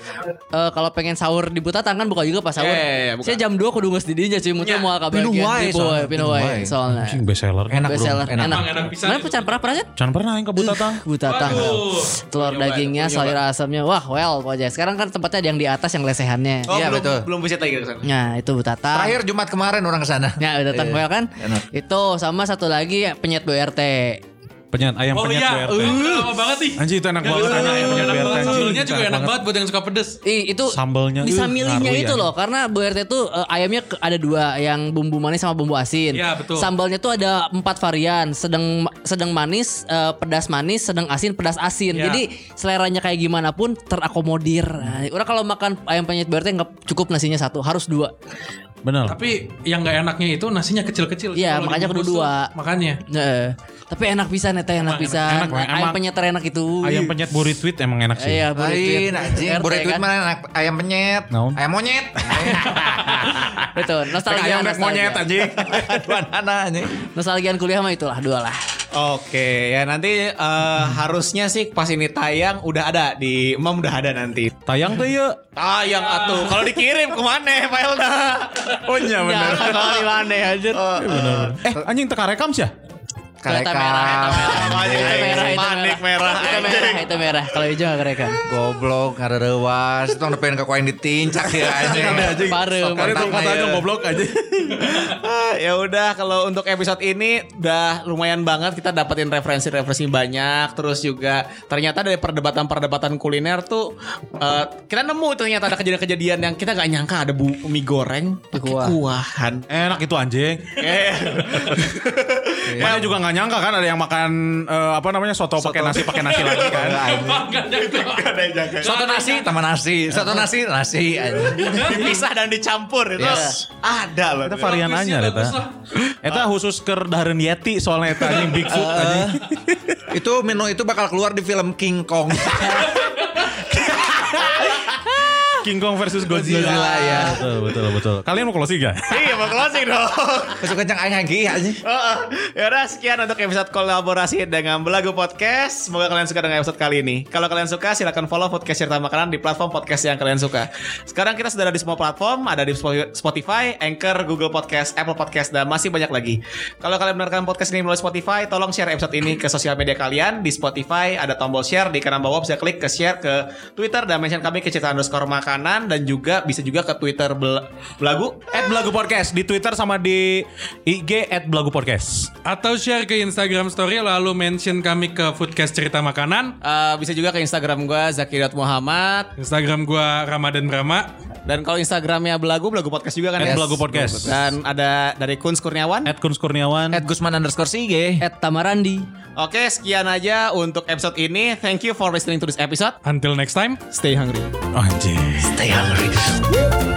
Speaker 5: eh, kalau pengen sahur di Bu Tatang kan buka juga pas sahur.
Speaker 1: Iya, iya, iya, buka.
Speaker 5: Saya jam 2 kudu geus di dinya cuy mutu moal kabar
Speaker 3: Pinuh wae soalnya,
Speaker 5: Pinuh
Speaker 3: pinuh
Speaker 5: kan. wae
Speaker 3: wae.
Speaker 5: soalnya.
Speaker 4: Anjing best seller.
Speaker 3: Enak
Speaker 5: Best
Speaker 3: belum?
Speaker 5: seller
Speaker 3: Enak.
Speaker 5: enak.
Speaker 2: Enak pisan
Speaker 5: Mana
Speaker 2: itu.
Speaker 5: pecah pernah pernah kan?
Speaker 4: Jangan pernah yang ke Butatang.
Speaker 5: Bu Tatang.
Speaker 2: Waduh.
Speaker 5: Telur dagingnya, sayur asamnya. Wah, well pokoknya. Sekarang kan tempatnya ada yang di atas yang lesehannya.
Speaker 1: Oh,
Speaker 3: Iya,
Speaker 1: belum,
Speaker 3: betul.
Speaker 1: belum bisa lagi ke sana.
Speaker 5: Nah, itu Bu Tatang.
Speaker 3: Terakhir Jumat kemarin orang ke sana.
Speaker 5: Ya, udah datang
Speaker 3: Iya.
Speaker 5: well kan?
Speaker 3: Enak.
Speaker 5: Itu sama satu lagi penyet BRT.
Speaker 4: Penyet ayam
Speaker 2: Oh
Speaker 4: penyet BRT.
Speaker 2: iya, Eh, lama banget ih.
Speaker 4: Anjing itu enak banget anak ayam penyet
Speaker 2: Enak
Speaker 4: BRT.
Speaker 2: banget. Sambelnya
Speaker 4: Anjing,
Speaker 2: juga enak banget buat yang suka pedes.
Speaker 5: Ih, itu
Speaker 4: Sambelnya,
Speaker 5: bisa
Speaker 4: ih,
Speaker 5: milihnya
Speaker 4: ngaruh
Speaker 5: itu
Speaker 4: ya.
Speaker 5: loh karena BRT tuh eh, ayamnya ke- ada dua yang bumbu manis sama bumbu asin.
Speaker 2: Iya, betul.
Speaker 5: Sambalnya tuh ada empat varian, sedang sedang manis, eh, pedas manis, sedang asin, pedas asin.
Speaker 2: Iya.
Speaker 5: Jadi seleranya kayak gimana pun terakomodir. Nah, orang kalau makan ayam penyet BRT nggak cukup nasinya satu, harus dua.
Speaker 4: Benar.
Speaker 2: Tapi yang nggak enaknya itu nasinya kecil-kecil.
Speaker 5: Iya,
Speaker 2: Kalau
Speaker 5: makanya
Speaker 2: dibungkus
Speaker 5: kudu
Speaker 2: tuh,
Speaker 5: dua.
Speaker 2: Makanya.
Speaker 5: Nah, tapi enak pisan neta enak pisan.
Speaker 4: enak, enak.
Speaker 5: ayam
Speaker 4: Emang-
Speaker 5: penyet enak itu.
Speaker 4: Ayam penyet buri tweet emang enak sih.
Speaker 5: Iya, boleh tweet.
Speaker 3: Lain anjing,
Speaker 5: RT,
Speaker 3: boleh tweet
Speaker 5: kan?
Speaker 3: mana anak ayam penyet,
Speaker 4: Naon?
Speaker 3: ayam monyet.
Speaker 5: Betul, nostalgia.
Speaker 4: Ayam rek
Speaker 5: nostalgia.
Speaker 4: monyet anjing.
Speaker 3: Dua anak anjing.
Speaker 5: Nostalgian kuliah mah itulah dua lah.
Speaker 1: Oke, ya nanti eh, harusnya sih pas ini tayang udah ada di Emam udah ada nanti.
Speaker 4: Tayang tuh ya.
Speaker 1: Tayang atuh. Kalau dikirim kemana filenya?
Speaker 4: Oh iya
Speaker 5: Ya, kalau di mana ya, anjir.
Speaker 1: Iya,
Speaker 4: Eh anjing teka rekam sih ya?
Speaker 5: Kereta
Speaker 3: Karekam.
Speaker 5: merah, kereta merah, itu
Speaker 1: Panik merah,
Speaker 5: merah, itu merah, itu merah. Kalau hijau nggak kereta.
Speaker 3: Goblok, karerewas, oh, itu ngepen ke koin ditincak ya anjing.
Speaker 4: Karena
Speaker 5: Parem.
Speaker 3: Kontaknya
Speaker 4: tongkat aja
Speaker 3: ya.
Speaker 5: iya.
Speaker 4: goblok aja.
Speaker 1: Ah, ya udah kalau untuk episode ini udah lumayan banget kita dapetin referensi-referensi banyak terus juga ternyata dari perdebatan-perdebatan kuliner tuh eh, kita nemu ternyata ada kejadian-kejadian yang kita nggak nyangka ada bu mie goreng pakai
Speaker 5: Kuah.
Speaker 1: kuahan.
Speaker 4: Enak itu anjing.
Speaker 1: Eh,
Speaker 4: Mana juga nggak nyangka kan ada yang makan eh, apa namanya soto pakai nasi pakai nasi lagi kan.
Speaker 6: Iya.
Speaker 3: Soto nasi, taman nasi, soto nasi, nasi anjing.
Speaker 1: dipisah dan dicampur itu
Speaker 5: Yes.
Speaker 1: ada loh.
Speaker 4: Itu varian
Speaker 2: Bagus sih,
Speaker 4: anyar eta.
Speaker 2: bagus lah.
Speaker 4: Eta khusus ke dahareun Yeti soalnya eta anjing Bigfoot anjing.
Speaker 3: Itu menu itu bakal keluar di film King Kong.
Speaker 4: King Kong versus Godzilla.
Speaker 3: Godzilla, ya.
Speaker 4: Betul betul betul. Kalian mau closing gak?
Speaker 1: Iya mau closing dong.
Speaker 3: Masuk kencang aing lagi anjing.
Speaker 1: Heeh. ya udah sekian untuk episode kolaborasi dengan Belagu Podcast. Semoga kalian suka dengan episode kali ini. Kalau kalian suka silahkan follow podcast cerita makanan di platform podcast yang kalian suka. Sekarang kita sudah ada di semua platform, ada di Spotify, Anchor, Google Podcast, Apple Podcast dan masih banyak lagi. Kalau kalian mendengarkan podcast ini melalui Spotify, tolong share episode ini ke sosial media kalian. Di Spotify ada tombol share di kanan bawah bisa klik ke share ke Twitter dan mention kami ke cerita underscore makan makanan dan juga bisa juga ke Twitter Bel- Belagu.
Speaker 4: At Belagu Podcast di Twitter sama di IG at Belagu Podcast.
Speaker 2: Atau share ke Instagram story lalu mention kami ke Foodcast Cerita Makanan.
Speaker 1: Eh, bisa juga ke Instagram gua Zaki.Muhammad
Speaker 2: Instagram gua Ramadan Brahma.
Speaker 1: dan kalau Instagramnya Belagu Belagu Podcast juga kan ya.
Speaker 4: At Belagu Podcast.
Speaker 1: Dan ada dari Kun Kurniawan.
Speaker 4: At Kuns Kurniawan.
Speaker 3: At Gusman underscore Sige.
Speaker 5: At Tamarandi.
Speaker 1: Oke, sekian aja untuk episode ini. Thank you for listening to this episode.
Speaker 4: Oh,
Speaker 2: Until next time.
Speaker 1: Stay hungry.
Speaker 4: Anjir.
Speaker 3: Stay hungry.